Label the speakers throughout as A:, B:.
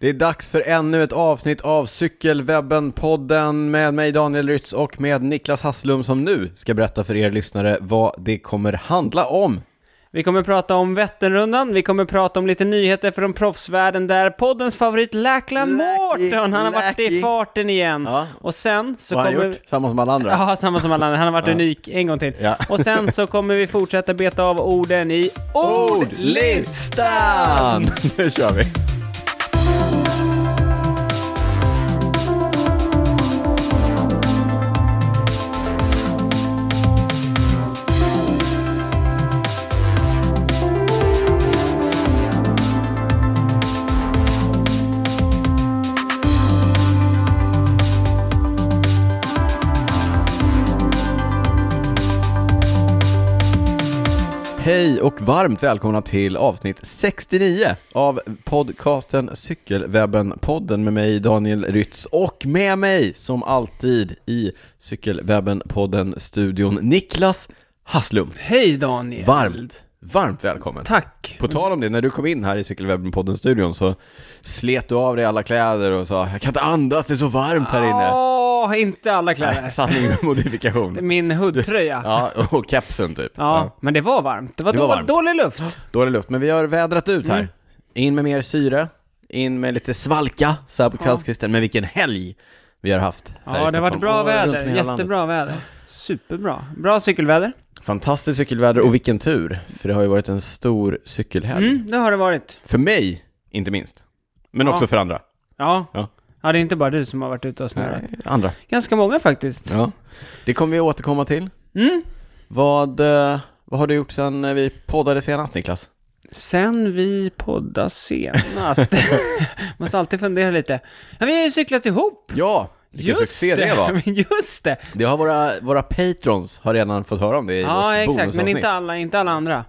A: Det är dags för ännu ett avsnitt av Cykelwebben-podden med mig Daniel Rytz och med Niklas Hasslum som nu ska berätta för er lyssnare vad det kommer handla om.
B: Vi kommer prata om Vätternrundan, vi kommer prata om lite nyheter från proffsvärlden där poddens favorit Lackland
A: Lacky,
B: Mårten, han har varit
A: Lacky.
B: i farten igen.
A: Ja.
B: Och sen så
A: vad har
B: kommer...
A: han gjort? Samma som alla andra?
B: Ja, samma som alla andra. Han har varit unik en gång till.
A: Ja.
B: Och sen så kommer vi fortsätta beta av orden i
A: Ordlistan! Nu kör vi! Hej och varmt välkomna till avsnitt 69 av podcasten Cykelwebben-podden med mig Daniel Rytz och med mig som alltid i Cykelwebben-podden-studion Niklas Hasslum.
B: Hej Daniel!
A: Varmt, varmt välkommen.
B: Tack!
A: På tal om det, när du kom in här i Cykelwebben-podden-studion så slet du av dig alla kläder och sa “Jag kan inte andas, det är så varmt här inne”.
B: Åh, inte alla kläder.
A: Nej, sanning med modifikation.
B: Min hudtröja. Ja.
A: Ja, och kepsen typ.
B: men det var varmt. Det var,
A: Det var
B: då-
A: varmt.
B: dålig luft.
A: Dålig luft, men vi har vädrat ut här.
B: Mm.
A: In med mer syre, in med lite svalka så här på kvällskvisten. Men vilken helg vi har haft här i
B: Ja, det har varit
A: Stockholm
B: bra
A: och runt om
B: väder.
A: i hela landet.
B: Jättebra väder. Superbra. Bra cykelväder.
A: Fantastiskt cykelväder och vilken tur, för det har ju varit en stor cykelhelg.
B: Mm, det har det varit.
A: För mig, inte minst. Men också för andra.
B: Ja.
A: Ja.
B: ja. det är inte bara du som har varit ute och snurrat.
A: Andra.
B: Ganska många faktiskt.
A: Ja. Det kommer vi återkomma till.
B: Mm.
A: Vad, eh, vad har du gjort sen eh, vi poddade senast, Niklas?
B: Sen vi poddade senast. Måste alltid fundera lite. Ja, vi har ju cyklat ihop!
A: Ja, vilken succé det, var.
B: Men Just det!
A: Det har våra, våra patrons har redan fått höra om det i
B: Ja,
A: vårt
B: exakt. Men
A: bonusavsnitt.
B: inte alla, inte alla andra.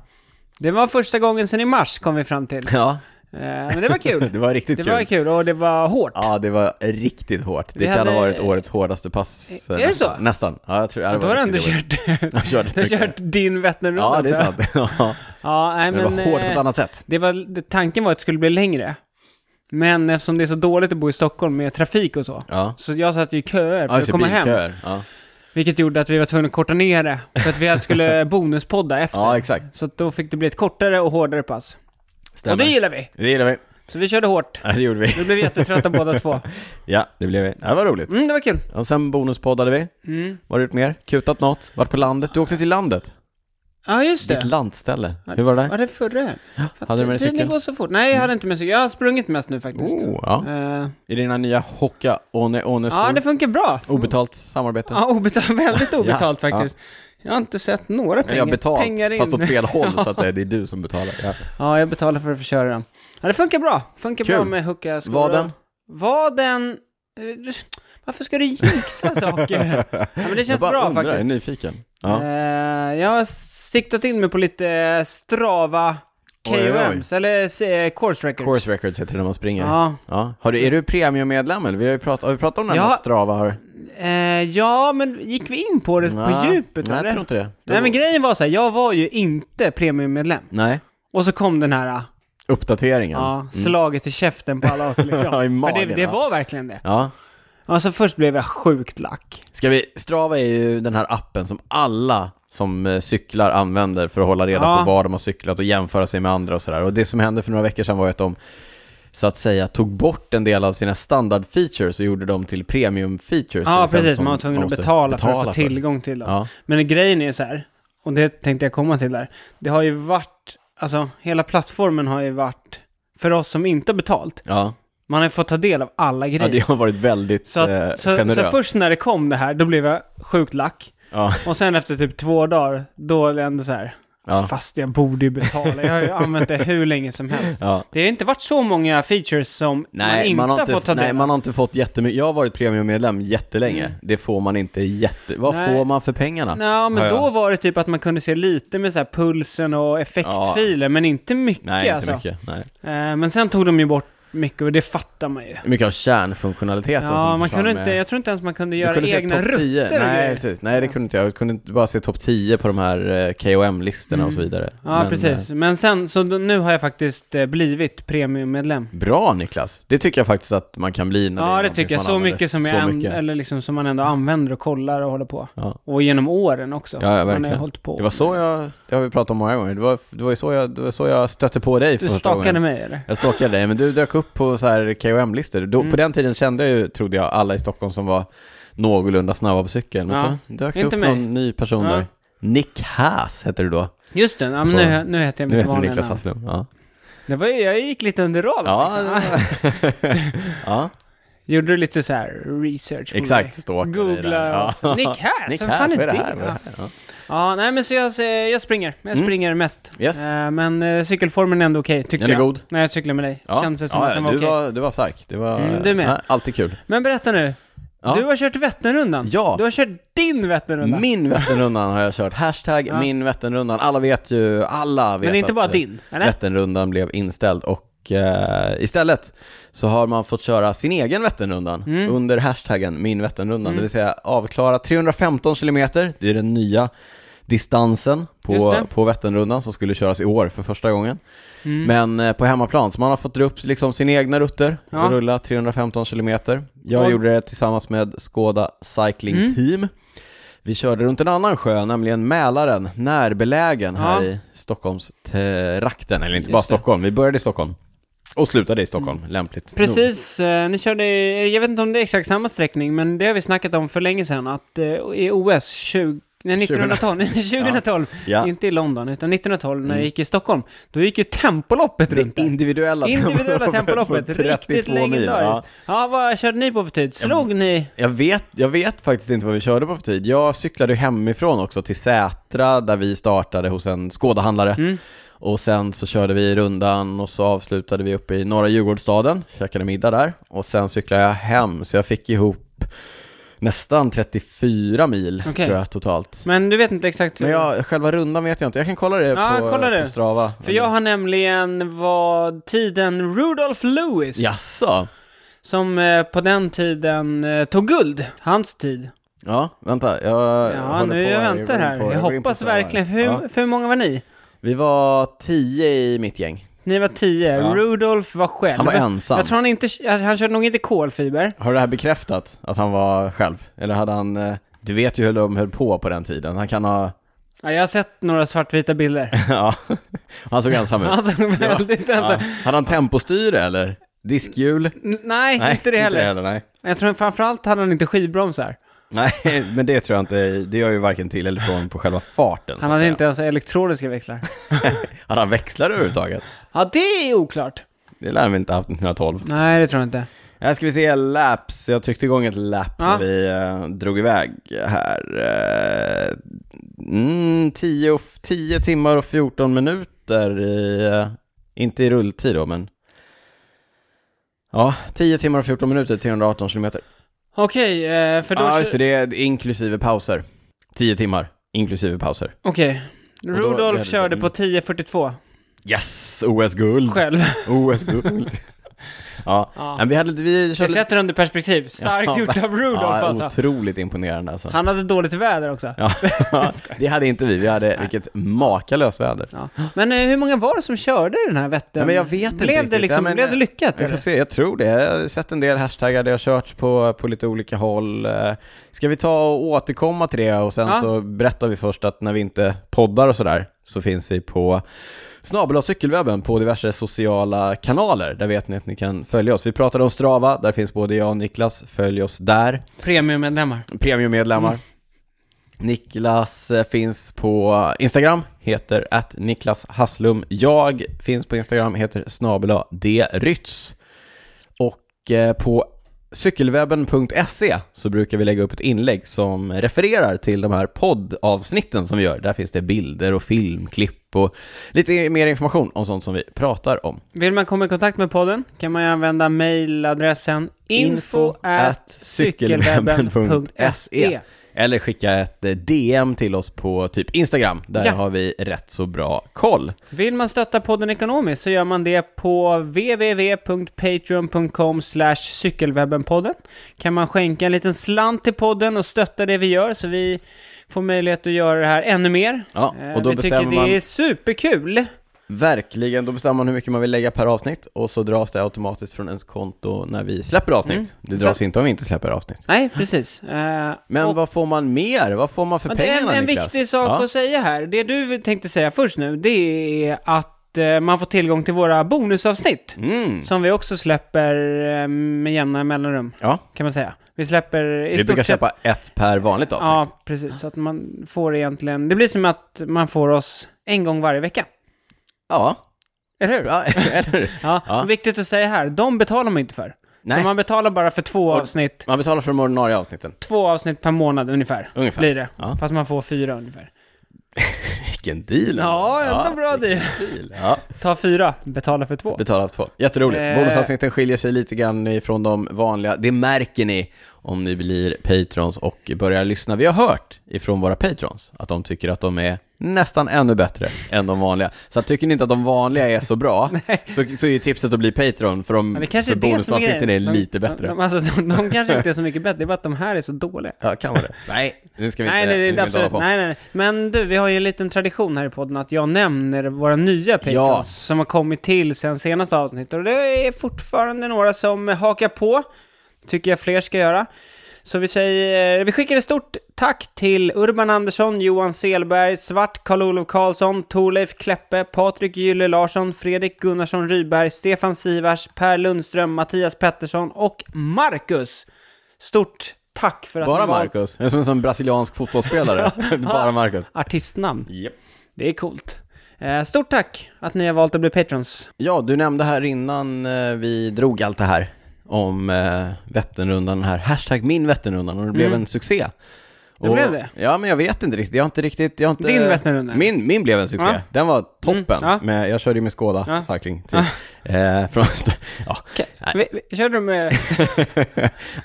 B: Det var första gången sen i mars kom vi fram till. Eh,
A: Ja,
B: Men det var kul.
A: det var riktigt
B: det
A: kul.
B: var kul och det var hårt.
A: Ja, det var riktigt hårt. Det
B: Vi
A: kan
B: hade-
A: ha varit årets hårdaste pass. eh,
B: Är det
A: nästan.
B: så?
A: Nästan. Ja, jag tror, ja, det
B: Då har du ändå
A: riktigt jobbigt.
B: kört,
A: Jag körde
B: du har
A: mycket.
B: kört din Vätternrunda
A: Ja, det är
B: också.
A: sant. Ja,
B: Ja, nej,
A: men,
B: men,
A: det var hårt på
B: eh,
A: ett annat sätt.
B: Det var, det, tanken var att det skulle bli längre. Men eftersom det är så dåligt att bo i Stockholm med trafik och så.
A: Ja.
B: Så jag satt ju i köer för
A: Ja, just
B: att
A: det,
B: komma hem.
A: bilköer. Ja.
B: Vilket gjorde att vi var tvungna att korta ner det. För att vi skulle bonuspodda efter.
A: ja, exakt.
B: Så att då fick det bli ett kortare och hårdare pass.
A: Stämmer.
B: Och det gillar vi!
A: det gillar vi.
B: Så vi körde hårt.
A: Ja, det gjorde vi.
B: Vi blev jättetrötta båda två.
A: Ja, det blev vi. Ja, Det var roligt.
B: Mm, det var kul.
A: Och sen bonuspoddade vi.
B: Mm.
A: Vad har du gjort mer? Kutat något? Varit på landet? Du åkte till landet.
B: Ja, just
A: Ditt
B: det.
A: lantställe. Hur var det där?
B: Var det förra? För att
A: hade du med dig
B: tiden
A: cykeln?
B: går så fort. Nej, jag hade inte med cykel. Jag har sprungit mest nu faktiskt.
A: Oh, ja.
B: Eh,
A: I dina nya Hoka One One
B: ja,
A: skor.
B: det funkar bra.
A: Obetalt samarbete.
B: Ja, obetalt, väldigt obetalt
A: Oh. Ja,
B: faktiskt. Jag har inte sett några pengar,
A: Eller jag har betalt,
B: pengar in.
A: fast åt fel håll så att säga. Det är du som betalar. Ja.
B: Ja, jag betalar för att få köra den. Ja, det funkar bra. Funkar
A: Kul.
B: bra med hucka skor.
A: Vaden?
B: Vaden... eh, du- Varför ska du jinxa saker? ja, men det
A: Jag
B: känns
A: bara
B: bra
A: undrar, jag är
B: faktiskt.
A: nyfiken. Ja.
B: Eh, jag har siktat in mig på lite eh, strava
A: Oj, oj, oj.
B: KOMs, eller eh, course records.
A: Course records heter det när man springer.
B: Ja.
A: Ja. Har du, är du premiummedlem eller? Vi har ju pratat, har vi pratat om den här
B: Ja.
A: med Strava? Har...
B: Eh, ja, men gick vi in på det på
A: Nej.
B: djupet?
A: Nej,
B: eller?
A: jag tror inte det. Du-
B: Nej, men grejen var så här, jag var ju inte premiummedlem.
A: Nej.
B: Och så kom den här... eh,
A: Uppdateringen. Mm.
B: Ja, slaget i käften på alla oss liksom.
A: Ja, i
B: För
A: magen,
B: det, det
A: ja.
B: var verkligen det.
A: Ja.
B: Alltså först blev jag sjukt lack.
A: Ska vi, Strava är ju den här appen som alla som eh, cyklar använder för att hålla reda
B: Ja.
A: på var de har cyklat och jämföra sig med andra och sådär. Och det som hände för några veckor sedan var ju att de så att säga tog bort en del av sina standardfeatures och gjorde dem till premiumfeatures.
B: Ja,
A: till exempel,
B: precis.
A: som
B: Man var tvungen att
A: måste
B: betala, för att få
A: för.
B: tillgång till dem.
A: Ja.
B: Men grejen är ju så här, och det tänkte jag komma till där. Det har ju varit, alltså hela plattformen har ju varit, för oss som inte har betalt,
A: Ja.
B: man har ju fått ta del av alla
A: ja,
B: grejer.
A: det har varit väldigt
B: så, att,
A: eh,
B: så,
A: generöst.
B: så först när det kom det här, då blev jag sjukt lack.
A: Ja.
B: Och sen efter typ två dagar, då är det ändå så här,
A: Ja.
B: fast jag borde ju betala. Jag har ju använt det hur länge som helst.
A: Ja.
B: Det har inte varit så många features som
A: Nej,
B: man inte
A: man,
B: har,
A: har inte,
B: fått ta del
A: nej
B: av. Mm.
A: man har inte fått jättemycket. Jag har varit premiummedlem jättelänge. Det får man inte jätte... Vad
B: Nej.
A: får man för pengarna?
B: Ja, men
A: Ja, ja.
B: då var det typ att man kunde se lite med så här pulsen och effektfiler, men inte mycket
A: Nej, inte
B: alltså.
A: mycket. Nej.
B: Eh, men sen tog de ju bort mycket och det fattar man ju.
A: Mycket av kärnfunktionaliteten
B: Ja,
A: som
B: man
A: försvann
B: kunde
A: med-
B: inte, jag tror inte ens man kunde
A: Du
B: göra
A: kunde se
B: egna
A: topp 10.
B: rutter och
A: Nej,
B: grejer.
A: precis. Nej, det kunde inte jag. Jag kunde inte bara se topp 10 på de här eh, KOM-listorna och så vidare.
B: Mm. Ja,
A: Men, eh,
B: precis. Men sen, så d- nu har jag faktiskt eh, blivit premiummedlem.
A: eh, Bra Niklas! Det tycker jag faktiskt att man kan bli när är
B: Ja, det
A: någonting
B: tycker jag.
A: man
B: Så
A: använder.
B: mycket som jag,
A: Så
B: änd-
A: mycket.
B: Eller liksom som man ändå använder och kollar och håller på.
A: Ja.
B: Och genom åren också.
A: Ja, ja,
B: man har ju
A: verkligen.
B: hållit på.
A: Det var så jag, det har vi pratat om många gånger, det var, det var ju så jag, det var så jag stötte på dig för
B: du
A: första
B: stakade
A: gången.
B: mig eller?
A: Jag stalkade dig, men du dök upp på så här KOM-listor. Då-
B: Mm.
A: På den tiden kände jag ju, trodde jag, alla i Stockholm som var någorlunda snabba på cykeln. Men
B: Ja.
A: så dök det upp
B: Inte mig.
A: någon ny person
B: Ja.
A: där. Nick Haas heter du då.
B: Just det, ja,
A: På-
B: men nu, nu heter jag
A: Nu
B: mitt
A: heter du
B: vanliga
A: Niklas
B: namn.
A: Hasslum. Ja.
B: Det var ju, jag gick lite under radarn
A: Ja,
B: liksom.
A: ja.
B: Gjorde du lite så här research på
A: Exakt,
B: mig?
A: stalkade dig där.
B: Googla
A: Ja.
B: och så. Nick Hass,
A: Nick
B: vem
A: Haas,
B: fan är
A: vad är det
B: det?
A: här? Vad är det
B: Ja.
A: här? Ja.
B: ja, nej men så jag, jag springer. Jag
A: Mm.
B: springer mest.
A: Yes.
B: Eh, Men eh, cykelformen är ändå okej, tyckte
A: Den är
B: jag.
A: god.
B: När jag cyklade med dig.
A: Ja.
B: Känns det som
A: ja,
B: att den var
A: du,
B: okej.
A: var, du var stark. Det var,
B: Mm, du med.
A: ja, alltid kul.
B: Men berätta nu.
A: Ja.
B: Du har kört Vätternrundan.
A: Ja.
B: Du har kört din Vätternrunda.
A: Min Vätternrundan har jag kört. Hashtag
B: Ja.
A: min Vätternrundan. Alla vet ju, alla vet
B: Men inte
A: att,
B: bara
A: eh,
B: din, eller?
A: Vätternrundan blev inställd och eh, istället så har man fått köra sin egen Vätternrundan
B: Mm.
A: under hashtaggen min Vätternrundan,
B: Mm.
A: det vill säga avklara 315 kilometer, det är den nya distansen
B: Just
A: på,
B: det.
A: på Vätternrundan som skulle köras i år för första gången.
B: Mm.
A: Men eh, på hemmaplan, så man har fått dra upp liksom sina egna rutter
B: Ja.
A: och rulla 315 kilometer. Jag
B: Och-
A: gjorde det tillsammans med Skåda Cycling
B: Mm.
A: Team. Vi körde runt en annan sjö, nämligen Mälaren, närbelägen här
B: Ja.
A: i Stockholmstrakten. Eller inte bara
B: Just det. Mm.
A: Stockholm, vi började i Stockholm och slutade i Stockholm, lämpligt nog.
B: Precis, eh, ni körde, jag vet inte om det är exakt samma sträckning, men det har vi snackat om för länge sedan, att eh, i OS 20, nej, 1912, 2012
A: Ja. Mm.
B: inte i London, utan 1912 när jag gick i Stockholm, då gick ju Tempoloppet runt
A: Det
B: där.
A: individuella,
B: Individuella Tempoloppet,
A: på 32
B: riktigt
A: mil, ja.
B: legendariskt. Ja, vad körde ni på för tid? Slog ni?
A: Jag vet, jag vet faktiskt inte vad vi körde på för tid. Jag cyklade hemifrån också till Sätra där vi startade hos en skådahandlare.
B: Mm.
A: Och sen så körde vi rundan och så avslutade vi uppe i norra Djurgårdsstaden, käkade middag där. Och sen cyklade jag hem, så jag fick ihop nästan 34 mil
B: Okej.
A: tror jag totalt.
B: Men du vet inte exakt hur...
A: Men jag, själva rundan vet jag inte, jag kan kolla det,
B: Ja,
A: på,
B: kolla det.
A: på Strava.
B: För jag har nämligen vad tiden Rudolph Lewis,
A: Jaså?
B: som eh, på den tiden eh, tog guld, hans tid.
A: Ja, vänta, jag
B: Ja,
A: håller
B: nu
A: på
B: jag
A: här. går
B: väntar
A: in
B: här.
A: på-
B: jag
A: går in på
B: hoppas
A: Strava här.
B: verkligen. Hur,
A: Ja.
B: hur många var ni?
A: Vi var tio i mitt gäng.
B: Ni var tio.
A: Ja.
B: Rudolf var själv.
A: Han var ensam.
B: Jag tror han inte... Han körde nog inte kolfiber.
A: Har det här bekräftat att han var själv? Eller hade han... eh, Du vet ju hur de höll på på den tiden. Han kan ha...
B: Ja, jag har sett några svartvita bilder.
A: Ja, han såg ensam ut.
B: Han såg väldigt
A: Ja.
B: ensam
A: Hade han tempostyre eller? Diskhjul?
B: N- Nej, inte det heller.
A: nej.
B: Jag tror framförallt hade han inte skivbromsar.
A: Nej, men det tror jag inte. Det gör ju varken till eller från på själva farten. så att
B: Han hade
A: säga.
B: inte ens elektroniska växlar.
A: Hade han växlar överhuvudtaget?
B: Ja, det är oklart.
A: Det lär vi inte ha haft 1912.
B: Nej, det tror jag inte.
A: Här ska vi se laps. Jag tryckte igång ett lap
B: Ja.
A: när vi eh, drog iväg här. 10 mm, tio och f- tio timmar och 14 minuter i, eh, inte i rulltid då, men ja, 10 timmar och 14 minuter, 318 kilometer.
B: Okej, eh, för då...
A: Ja, just det, det är inklusive pauser. 10 timmar, inklusive pauser.
B: Okej.
A: då-
B: Rudolf
A: det-
B: körde på
A: mm.
B: 10.42
A: Yes, OS-guld!
B: själv.
A: OS-guld! ja,
B: Ja.
A: men vi hade, vi
B: Jag
A: körde...
B: sätter under perspektiv. Starkt
A: Ja,
B: gjort av Rudolf
A: ja,
B: alltså.
A: otroligt imponerande alltså.
B: Han hade dåligt väder också.
A: Ja, det hade inte vi. Vi hade, vilket makalöst väder.
B: Ja. Men eh, hur många var det som körde den här
A: Nej,
B: vätten?
A: men jag vet inte
B: blev det
A: riktigt.
B: liksom,
A: Ja, men,
B: Blev det
A: eh,
B: lyckat?
A: Vi
B: eller?
A: får se, jag tror det. Jag har sett en del hashtaggar, det har körts på, på lite olika håll. Eh, Ska vi ta och återkomma till det och sen
B: Ja.
A: så berättar vi först att när vi inte poddar och sådär så finns vi på snabel och cykelwebben på diverse sociala kanaler. Där vet ni att ni kan följa oss. Vi pratade om Strava, där finns både jag och Niklas. Följ oss där.
B: Premiummedlemmar.
A: premiummedlemmar. Mm. Niklas eh, finns på Instagram, heter att Niklas Hasslum. Jag finns på Instagram, heter snabela drytz. Och eh, på cykelwebben.se så brukar vi lägga upp ett inlägg som refererar till de här poddavsnitten som vi gör. Där finns det bilder och filmklipp och lite mer information om sånt som vi pratar om.
B: Vill man komma i kontakt med podden kan man ju använda E.
A: E.
B: mejladressen info at cykelwebben.se.
A: Eller skicka ett eh, DM till oss på typ Instagram. Där
B: Ja.
A: har vi rätt så bra koll.
B: Vill man stötta podden ekonomiskt så gör man det på www.patreon.com cykelwebbenpodden. Kan man skänka en liten slant till podden och stötta det vi gör så vi får möjlighet att göra det här ännu mer.
A: Ja,
B: Eh,
A: och då
B: vi tycker
A: bestämmer man-
B: det är superkul.
A: Verkligen, då bestämmer man hur mycket man vill lägga per avsnitt och så dras det automatiskt från ens konto när vi släpper avsnitt.
B: Mm.
A: Det dras inte om vi inte släpper avsnitt.
B: Nej, precis. Eh,
A: Men
B: och-
A: vad får man mer? Vad får man för
B: Men det är en,
A: pengarna,
B: en
A: Niklas?
B: viktig sak
A: Ja.
B: att säga här. Det du tänkte säga först nu, det är att eh, man får tillgång till våra bonusavsnitt.
A: Mm.
B: Som vi också släpper eh, med jämna mellanrum,
A: Ja,
B: kan man säga. Vi släpper i
A: vi
B: stort
A: brukar
B: sett...
A: släppa ett per vanligt avsnitt.
B: Ja, precis. Så att man får egentligen... Det blir som att man får oss en gång varje vecka.
A: Ja,
B: Eller hur?
A: bra, eller hur?
B: Ja,
A: Ja.
B: och Viktigt att säga här, de betalar man inte för.
A: Nej.
B: Så man betalar bara för två avsnitt.
A: Man betalar för de ordinarie avsnitten.
B: Två avsnitt per månad ungefär.
A: Ungefär.
B: Blir det.
A: Ja.
B: Fast man får fyra ungefär.
A: Vilken deal! ändå.
B: Ja, ändå bra
A: vilken
B: deal.
A: deal. Ja,
B: Ta fyra, betala för två.
A: betala för två. Jätteroligt.
B: Eh.
A: Bonusavsnitten skiljer sig lite grann ifrån de vanliga. Det märker ni om ni blir patrons och börjar lyssna. Vi har hört ifrån våra patrons att de tycker att de är nästan ännu bättre än de vanliga. Så att tycker ni inte att de vanliga är så bra, så, så är ju tipset att bli patron för, de,
B: Men det kanske
A: för
B: är det som är
A: bonusavsnitten är
B: grejen. De-
A: lite
B: De,
A: bättre.
B: de, alltså, de, de kanske inte är så mycket bättre, det är bara att de här är så dåliga.
A: Ja, kan vara det. Nej, nu ska vi inte,
B: Nej, nej, det
A: nu
B: är
A: ska vi inte
B: inte
A: hålla
B: absolut.
A: på.
B: Nej, nej, nej. Men du, vi har ju en liten tradition här i podden att jag nämner våra nya patrons
A: Ja.
B: som har kommit till sen senaste avsnittet. Och det är fortfarande några som hakar på. Tycker jag fler ska göra. Så vi säger, eh, vi skickar ett stort tack till Urban Andersson, Johan Selberg, Svart Karl-Olof Karlsson, Torleif Kleppe, Patrik Gylle Larsson, Fredrik Gunnarsson Ryberg, Stefan Sivers, Per Lundström, Mattias Pettersson och Marcus. Stort tack för att
A: Bara
B: ni var-
A: Marcus. Det är som en sån brasiliansk fotbollsspelare. Bara Marcus.
B: Artistnamn.
A: Japp.
B: Det är coolt. Eh, stort tack att ni har valt att bli patrons.
A: Ja, du nämnde här innan eh, vi drog allt det här om eh, Vätternrundan här, hashtag min Vätternrundan och det blev en succé.
B: Mm. Det blev det?
A: Ja, men jag vet inte riktigt. Jag har inte riktigt... Jag har inte,
B: Din Vätternrunda?
A: Min, min blev en succé.
B: Ja. Mm,
A: Den var toppen.
B: ja.
A: Men jag körde ju med Skåda
B: Ja.
A: Cycling till, eh, från, ja. Nej.
B: Vi, vi, körde eh, du med...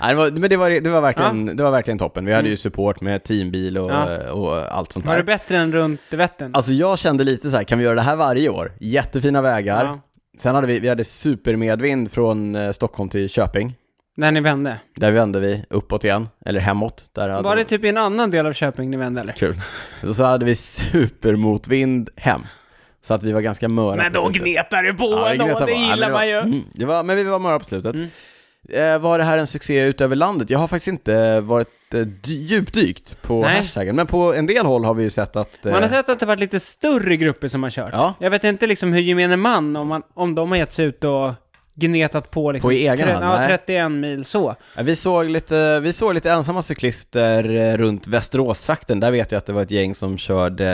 A: Nej, det var, men det var, det, var verkligen, det var verkligen toppen. Vi hade ju support med teambil och,
B: Mm. Ja.
A: och allt sånt där.
B: Var det bättre än runt Vättern?
A: Alltså jag kände lite så här, kan vi göra det här varje år? Jättefina vägar.
B: Ja.
A: Sen hade vi, vi hade supermedvind från eh, Stockholm till Köping.
B: Där ni vände?
A: Där vände vi uppåt igen, eller hemåt. Där hade
B: Var det typ i en annan del av Köping ni vände eller?
A: kul. Och så hade vi supermotvind hem. Så att vi var ganska möra
B: Men
A: på
B: då
A: slutet.
B: gnetar det på
A: Ja,
B: ändå,
A: gnetade
B: det
A: på. Ja, men
B: gillar
A: det var-
B: man ju. Mm.
A: Mm, det var, men vi var möra på slutet. Eh, var det här en succé utöver landet? Jag har faktiskt inte varit eh, dy- djupdykt på
B: Nej.
A: hashtaggen, men på en del håll har vi ju sett att... eh,
B: Man har sett att det varit lite större grupper som har kört.
A: Ja.
B: Jag vet inte liksom hur gemene man, om, man, om de har gett sig ut och gnetat på liksom...
A: På egen hand,
B: ja,
A: nej.
B: 31 mil så.
A: Ja, Vi såg, lite, vi såg lite ensamma cyklister eh, runt Västeråstrakten. Där vet jag att det var ett gäng som körde,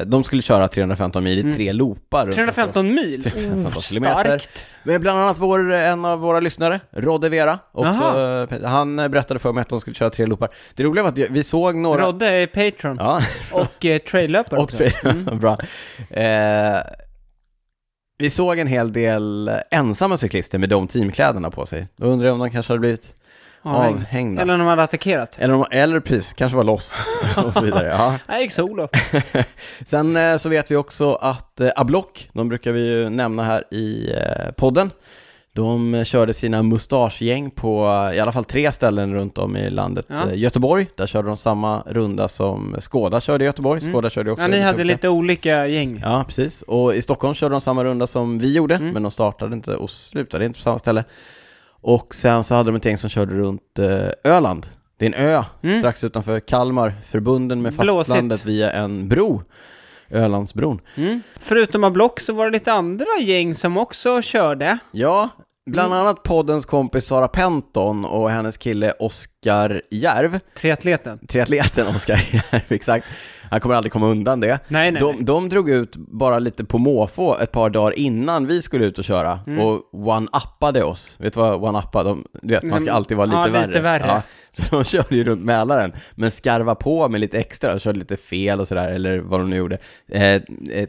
A: eh, de skulle köra 315 mil i
B: Mm.
A: tre loopar. runt Västerås.
B: 315 mil?
A: 315
B: Oh,
A: kilometer.
B: starkt!
A: Men bland annat vår, eh, en av våra lyssnare, Rodde Vera, också,
B: Jaha.
A: eh, han eh, berättade för mig att de skulle köra tre loopar. Det roliga var att vi såg några...
B: Rodde är Patreon.
A: Ja,
B: Och eh, traillöpare
A: och
B: också. Mm.
A: bra. Eh, vi såg en hel del ensamma cyklister med de teamkläderna på sig. Då undrar jag om de kanske hade blivit
B: Avhängd.
A: avhängda.
B: Eller när man hade attackerat.
A: Eller, om- eller precis, kanske var loss och så vidare. Ja.
B: Nej, gick solo.
A: Sen eh, så vet vi också att eh, Ablock, de brukar vi ju nämna här i eh, podden, de eh, körde sina mustaschgäng på eh, i alla fall tre ställen runt om i landet.
B: Ja.
A: Eh, Göteborg, där körde de samma runda som Skåda körde i Göteborg. Skåda körde ju också
B: Mm. Ja, ni
A: i
B: hade
A: Göteborg.
B: lite olika gäng.
A: Ja, precis. Och i Stockholm körde de samma runda som vi gjorde, men de startade inte och slutade inte på samma ställe. Och sen så hade de ett gäng som körde runt eh, Öland. Det är en ö strax utanför Kalmar, förbunden med
B: Blåsigt.
A: fastlandet via en bro. Ölandsbron.
B: Mm. Förutom av Block så var det lite andra gäng som också körde.
A: Ja, bland annat poddens kompis Sara Penton och hennes kille Oskar Järv.
B: Triatleten.
A: Triatleten Oskar Järv, exakt. Han kommer aldrig komma undan det.
B: Nej, nej,
A: de,
B: nej.
A: de drog ut bara lite på måfå ett par dagar innan vi skulle ut och köra
B: Mm.
A: och one-uppade oss. Vet du vad one-uppa, de, du vet man ska
B: Mm.
A: alltid vara lite
B: Ja,
A: värre.
B: lite värre.
A: så de körde ju runt Mälaren, men skarva på med lite extra, körde lite fel och sådär, eller vad de nu gjorde. Eh, eh,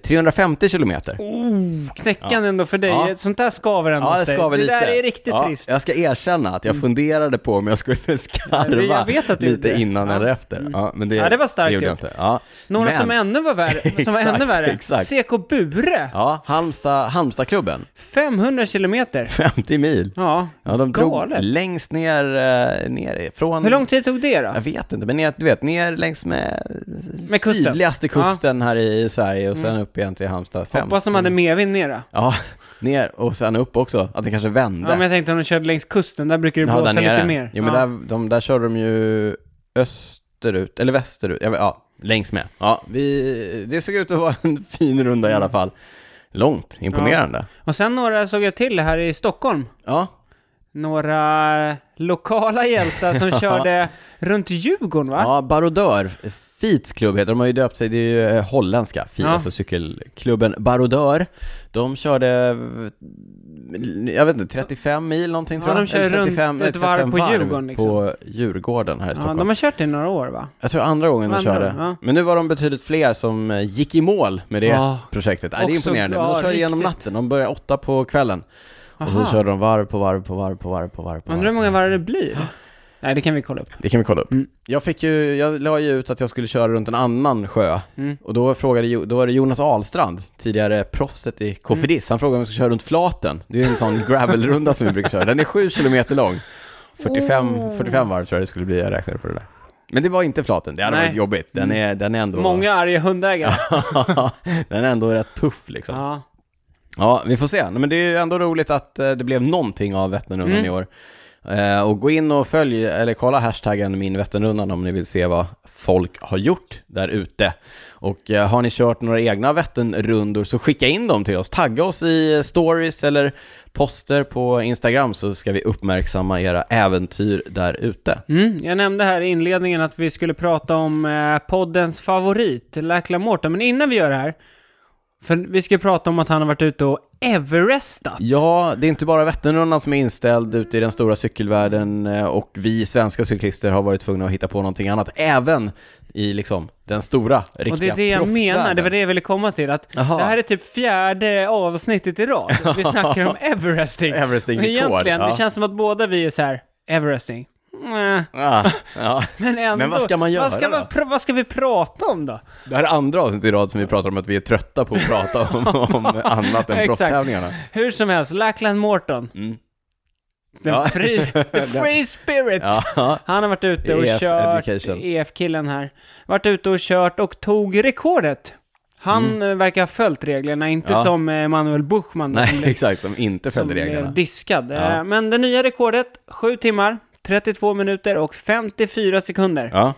A: 350 kilometer.
B: Oh, knäckande ändå för dig.
A: Ja.
B: Sånt där skaver ändå
A: Ja,
B: hos
A: det
B: dig.
A: skaver
B: det
A: lite.
B: där är riktigt
A: ja,
B: trist. Mm.
A: Jag ska erkänna att jag funderade på om jag skulle ska, skarva
B: jag vet att du
A: lite
B: gjorde det.
A: innan
B: Ja. Mm.
A: eller efter. Ja, men det,
B: Ja, det var starkt
A: gjorde jag
B: gjort.
A: inte. Ja.
B: Några
A: men,
B: som ännu var värre, som var ännu
A: Exakt,
B: värre.
A: exakt.
B: CK Bure,
A: Ja, Halmstad, Halmstadklubben,
B: 500 kilometer.
A: 50 mil.
B: Ja,
A: Ja, de drog
B: galet.
A: längst ner, eh, ner från...
B: Hur lång tid tog det då?
A: Jag vet inte, men ner, du vet, ner längs med,
B: Med kusten. Mm.
A: sydligaste kusten här i Sverige och sen upp igen till Halmstad. 50.
B: Hoppas de hade medvind ner då.
A: Ja, ner och sen upp också. Att det kanske vände.
B: Ja, men jag tänkte om de körde längs kusten, där brukar det
A: Ja,
B: blåsa lite mer.
A: Jo, men
B: ja.
A: där, de, där körde de ju österut, eller västerut, jag vet, ja, längs med. Ja, vi, det såg ut att vara en fin runda i alla fall. Långt, imponerande.
B: Och sen några såg jag till här i Stockholm.
A: Ja,
B: Några lokala hjältar som körde runt Djurgården va?
A: ja Barodör, Feets klubb heter de, de har ju döpt sig, det är ju eh, holländska, Feet,
B: Ja.
A: alltså cykelklubben Barodör. De körde, eh, jag vet inte, 35 mil någonting
B: Ja,
A: tror jag.
B: de körde
A: Eller
B: runt
A: 35,
B: ett varv på Djurgården, liksom.
A: På Djurgården här i
B: Ja,
A: Stockholm.
B: de har kört det i några år va?
A: Jag tror andra gången de
B: Andra
A: körde.
B: gången, ja.
A: Men nu var de betydligt fler som eh, gick i mål med det
B: Ja.
A: projektet. Nej, det är
B: Också
A: imponerande. Men de
B: bra,
A: körde igenom
B: riktigt.
A: natten. De började åtta på kvällen. Och så
B: Aha.
A: körde de varv på varv på varv på varv på varv. På
B: Undrar
A: varv.
B: hur många varv det blir? Nej, det kan vi kolla upp.
A: Det kan vi kolla upp.
B: Mm.
A: Jag, fick ju, jag la ju ut att jag skulle köra runt en annan sjö.
B: Mm.
A: Och då, frågade, Jo- då var det Jonas Ahlstrand, tidigare proffset i
B: Mm.
A: Kofidis. Han frågade om jag skulle köra runt Flaten. Det är ju en sån gravelrunda som vi brukar köra. Den är sju kilometer lång. 45,
B: Oh.
A: 45 varv tror jag det skulle bli. Jag räknade på det där. Men det var inte Flaten. Det hade
B: Nej. Mm.
A: varit jobbigt. Den är, den är ändå...
B: Många arga hundägare.
A: den är ändå rätt tuff liksom. Ja,
B: Ja.
A: vi får se. Nej, men det är ju ändå roligt att eh, det blev någonting av Vätternrundan
B: Mm.
A: i år. Eh, och gå in och följ, eller kolla hashtaggen min Vätternrundan om ni vill se vad folk har gjort där ute. Och eh, har ni kört några egna Vätternrundor så skicka in dem till oss. Tagga oss i eh, stories eller poster på Instagram så ska vi uppmärksamma era äventyr där ute.
B: Mm, jag nämnde här i inledningen att vi skulle prata om eh, poddens favorit, Lackla Mårten. Men innan vi gör det här, för vi ska prata om att han har varit ute och Everestat.
A: Ja, det är inte bara Vätternrundan som är inställd ute i den stora cykelvärlden eh, och vi svenska cyklister har varit tvungna att hitta på någonting annat, även i liksom den stora, riktiga
B: Och det är det jag menar, det var
A: proffsvärlden.
B: det jag ville komma till. Att
A: Jaha.
B: det här är typ fjärde avsnittet i rad. Vi snackar om Everesting.
A: Everesting
B: Men egentligen,
A: rekord, ja.
B: det känns som att båda vi är så här, Everesting. Mm,
A: Ja, Ah, ja.
B: men ändå.
A: Men vad ska man göra
B: vad ska, man,
A: då?
B: pr- vad ska vi prata om då?
A: Det här är andra avsnittet i rad som vi pratar om att vi är trötta på att prata om, om annat än
B: Exakt.
A: proffstävlingarna.
B: Hur som helst, Lackland Morton.
A: Mm.
B: Den
A: Ja.
B: fri, the free spirit.
A: Ja,
B: Han har varit ute och
A: EF
B: kört,
A: Education.
B: EF-killen här, varit ute och kört och tog rekordet. Han eh, verkar ha följt reglerna, inte
A: Mm. Ja.
B: som eh, Manuel Buchmann som
A: nej
B: blev,
A: exakt, som inte
B: som
A: följde reglerna.
B: blev diskad. Eh, Men det nya rekordet, 7 timmar, 32 minuter och 54 sekunder.
A: Ja.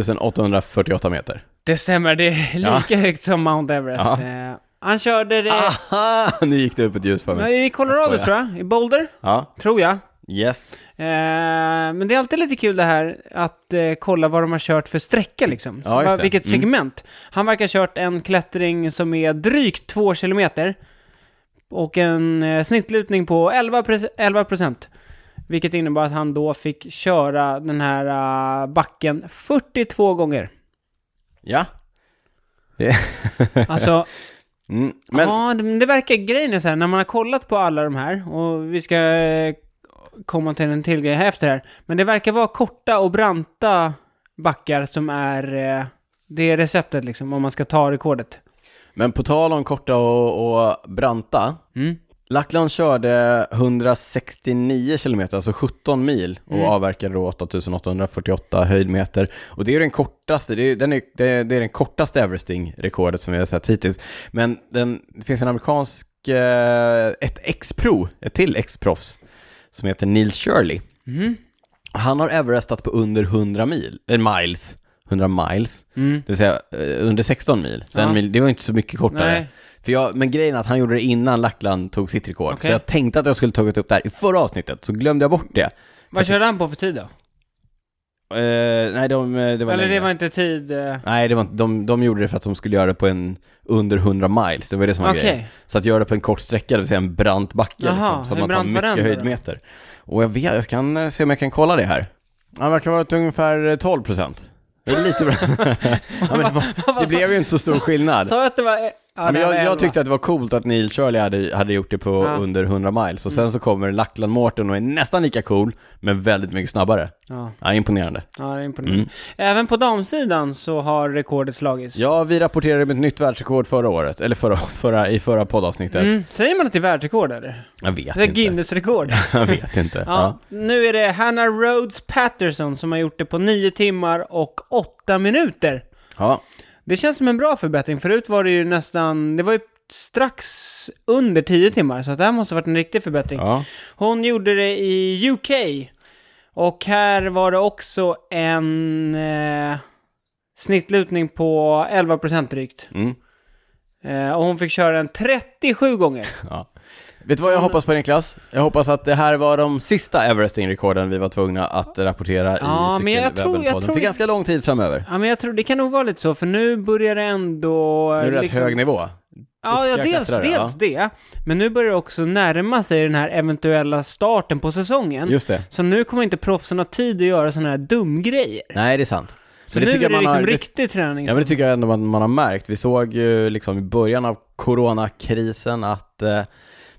A: 8848 meter.
B: Det stämmer, det är lika högt som Mount Everest.
A: Ja.
B: Eh, Han körde det
A: Aha! Nu gick det upp ett ljus för mig.
B: i Colorado
A: Jag skojar.
B: tror jag, i Boulder,
A: Ja,
B: tror jag.
A: yes.
B: Eh, men det är alltid lite kul det här att eh, kolla vad de har kört för sträcka liksom.
A: Ja,
B: Så
A: just
B: vad-
A: det.
B: vilket
A: Mm.
B: segment. Han verkar ha kört en klättring som är drygt 2 kilometer och en eh, snittlutning på 11, pre- 11 procent. Vilket innebar att han då fick köra den här eh, backen 42 gånger.
A: Ja.
B: Alltså,
A: Mm. Men,
B: ja, det, det verkar grejen är så här, när man har kollat på alla de här, och vi ska eh, komma till en till grej här efter här, men det verkar vara korta och branta backar som är eh, det är receptet liksom, om man ska ta rekordet.
A: Men på tal om korta och, och branta.
B: Mm.
A: Lackland körde 169 kilometer, alltså 17 mil och
B: Mm.
A: avverkade då 8848 höjdmeter. Och det är ju den kortaste, det är, ju- den är, det är, det är den kortaste Everesting-rekordet som vi har sett hittills. Men den, det finns en amerikansk, eh, ett ex-pro, ett till ex-proffs, som heter Neil Shirley.
B: Mm.
A: Han har Everestat på under 100 mil, eh, miles, 100 miles, det vill säga eh, under 16 mil. Så
B: Ja.
A: en mil. Det var inte så mycket kortare.
B: Nej.
A: För jag, men grejen är att han gjorde det innan Lackland tog sitt rekord.
B: Okej.
A: Så jag tänkte att jag skulle tagit upp det här i förra avsnittet, så glömde jag bort det.
B: Vad körde han på för tid då?
A: Eh, nej, de, eh, det var
B: Eller
A: längre.
B: det var inte tid... eh,
A: Nej, det var, inte- de, de gjorde det för att de skulle göra det på en under 100 miles, det var det som var
B: Okej.
A: grejen. Så att göra det på en kort sträcka, det vill säga en brant backe,
B: Jaha,
A: liksom, så att
B: hur
A: man tar
B: brant var den
A: mycket
B: då?
A: höjdmeter. Och jag vet, jag kan eh, se om jag kan kolla det här. Han verkar vara till ungefär eh, 12 procent. Det är lite bra. ja, men det, var, det blev ju inte så stor skillnad.
B: Sa jag att det var eh, Ja,
A: men
B: det var
A: jag,
B: elva.
A: jag tyckte att det var coolt att Neil Shirley hade, hade gjort det på
B: Ja. Mm.
A: under 100 miles. Och sen så kommer Lackland Morton och är nästan lika cool, men väldigt mycket snabbare.
B: Ja,
A: Ja, imponerande.
B: ja det är imponerande. Även på damsidan så har rekordet slagits.
A: Mm. Ja, vi rapporterade om ett nytt världsrekord förra året, eller förra, förra, i förra poddavsnittet.
B: Mm. Säger man att det är världsrekord eller?
A: Jag vet
B: Det är
A: inte.
B: Guinness-rekord.
A: Jag vet inte.
B: Ja,
A: Ja.
B: nu är det Hannah Rhodes Patterson som har gjort det på 9 timmar och 8 minuter.
A: Ja.
B: Det känns som en bra förbättring. Förut var det ju nästan, det var ju strax under 10 timmar, så att det här måste ha varit en riktig förbättring.
A: ja.
B: Hon gjorde det i UK. Och här var det också en eh, snittlutning på 11% drygt.
A: Mm.
B: Eh, och hon fick köra den 37 gånger.
A: Ja. Vet du vad jag hoppas på Niklas? Jag hoppas att det här var de sista Everesting-rekorden vi var tvungna att rapportera
B: Ja,
A: i
B: men jag tror- jag
A: Cykelwebben-podden
B: tror-
A: för ganska lång tid framöver.
B: Ja men jag tror, det kan nog vara lite så, för nu börjar det ändå...
A: Nu är det
B: liksom-
A: rätt hög nivå.
B: Ja, ja
A: Duktiga
B: dels,
A: klättrare, ja.
B: dels det. Men nu börjar det också närma sig den här eventuella starten på säsongen.
A: Just det.
B: Så nu kommer inte proffsen ha tid att göra sådana här dumgrejer.
A: Nej, det är sant.
B: Så
A: Men
B: nu
A: tycker jag
B: är det
A: man
B: liksom
A: har-
B: riktig träning.
A: Ja, men det
B: som-
A: tycker jag ändå att man har märkt. Vi såg ju liksom i början av coronakrisen att eh,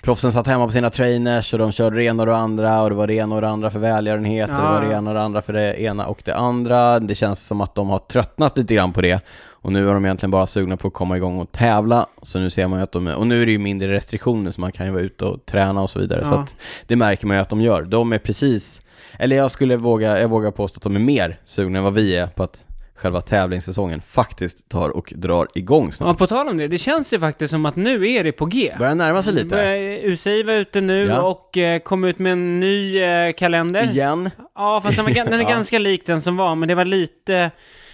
A: proffsen satt hemma på sina trainers och de körde det ena och det andra och det var det ena och det andra för välgörenhet och det
B: Ja.
A: var det ena och det andra för det ena och det andra. Det känns som att de har tröttnat lite grann på det och nu är de egentligen bara sugna på att komma igång och tävla. Så nu ser man ju att de, är- och nu är det ju mindre restriktioner så man kan ju vara ute och träna och så vidare. Så
B: Ja.
A: att det märker man ju att de gör. De är precis, eller jag skulle våga, jag vågar påstå att de är mer sugna än vad vi är på att själva tävlingssäsongen faktiskt tar och drar igång snart.
B: Ja, på tal om det, det känns ju faktiskt som att nu är det på G.
A: Börjar närma sig lite.
B: Börjar- UCI var ute nu
A: Ja.
B: och eh, kom ut med en ny eh, kalender.
A: Igen.
B: Ja, fast den, var, ga- den är
A: Ja.
B: ganska lik den som var, men det var lite,